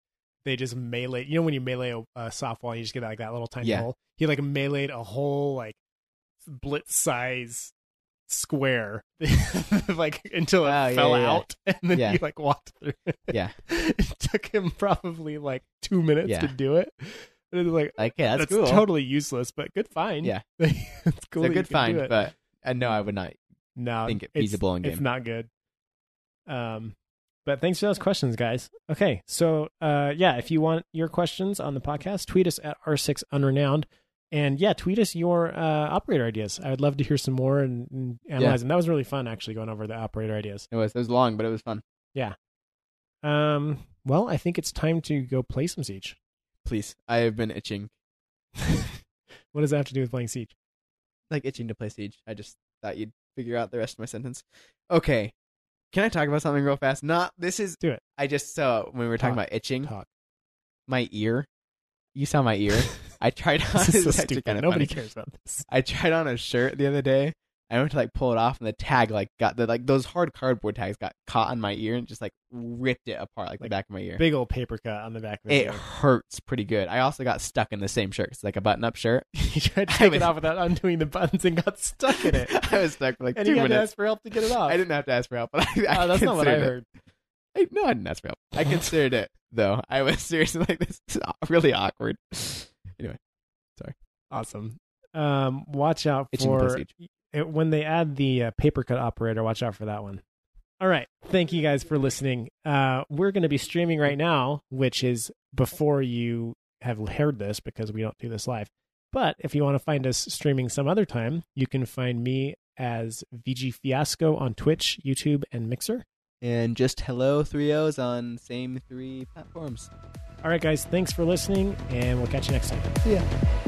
Speaker 2: they just melee. You know when you melee a, a softball, you just get like that little tiny
Speaker 1: Yeah.
Speaker 2: hole. He like meleeed a whole like Blitz size square, like until it
Speaker 1: Wow, Oh, yeah,
Speaker 2: fell
Speaker 1: yeah, yeah.
Speaker 2: out, and then
Speaker 1: Yeah.
Speaker 2: he like walked through. it.
Speaker 1: Yeah.
Speaker 2: it took him probably like two minutes
Speaker 1: Yeah.
Speaker 2: to do it. And it's like
Speaker 1: Like, yeah, that's,
Speaker 2: that's,
Speaker 1: cool.
Speaker 2: totally useless, but good find.
Speaker 1: Yeah.
Speaker 2: it's cool.
Speaker 1: it's a
Speaker 2: that you
Speaker 1: good
Speaker 2: can
Speaker 1: find,
Speaker 2: do it.
Speaker 1: but uh, no, I would not
Speaker 2: no,
Speaker 1: think it
Speaker 2: it's-
Speaker 1: feasible in
Speaker 2: it's
Speaker 1: game.
Speaker 2: not good. Um, but thanks for those questions, guys. Okay, so uh, yeah, if you want your questions on the podcast, tweet us at r6 unrenowned, and yeah, tweet us your uh, operator ideas. I would love to hear some more and, and analyze them. That was really fun, actually, going over the operator ideas.
Speaker 1: It was it was long, but it was fun.
Speaker 2: Um, well, I think it's time to go play some Siege.
Speaker 1: Please, I have been itching,
Speaker 2: What does that have to do with playing Siege?
Speaker 1: like itching to play Siege. I just thought you'd figure out the rest of my sentence. Okay, can I talk about something real fast? Not this is
Speaker 2: Do it.
Speaker 1: I just saw when we were talking
Speaker 2: Talk.
Speaker 1: about itching,
Speaker 2: Talk.
Speaker 1: my ear. You saw my ear. I tried on.
Speaker 2: this is so
Speaker 1: it's actually
Speaker 2: stupid.
Speaker 1: kinda
Speaker 2: Nobody
Speaker 1: funny.
Speaker 2: cares about this.
Speaker 1: I tried on a shirt the other day. I went to like pull it off, and the tag like got the like those hard cardboard tags got caught on my ear and just like ripped it apart like, the
Speaker 2: Like,
Speaker 1: back of my ear.
Speaker 2: Big old paper cut on the back of his
Speaker 1: it hurts pretty good. I also got stuck in the same shirt. It's like a button-up shirt.
Speaker 2: he tried to
Speaker 1: I
Speaker 2: take
Speaker 1: was-
Speaker 2: it off without undoing the buttons and got stuck in it.
Speaker 1: I was stuck for like
Speaker 2: and
Speaker 1: two
Speaker 2: he had to
Speaker 1: minutes.
Speaker 2: ask for help to get it off.
Speaker 1: I didn't have to ask for help, but I, I
Speaker 2: Oh, that's not what I
Speaker 1: considered it.
Speaker 2: heard.
Speaker 1: I, no, I didn't ask for help. I considered it though. I was seriously like, this is really awkward. Anyway,
Speaker 2: Awesome. Um, watch out
Speaker 1: Itching to play
Speaker 2: for it, when they add the uh, paper cut operator. Watch out for that one. All right. Thank you guys for listening. Uh, we're going to be streaming right now, which is before you have heard this because we don't do this live. But if you want to find us streaming some other time, you can find me as VG Fiasco on Twitch, YouTube, and Mixer.
Speaker 1: and just hello three O's on same three platforms.
Speaker 2: All right, guys. Thanks for listening, and we'll catch you next time.
Speaker 1: Yeah.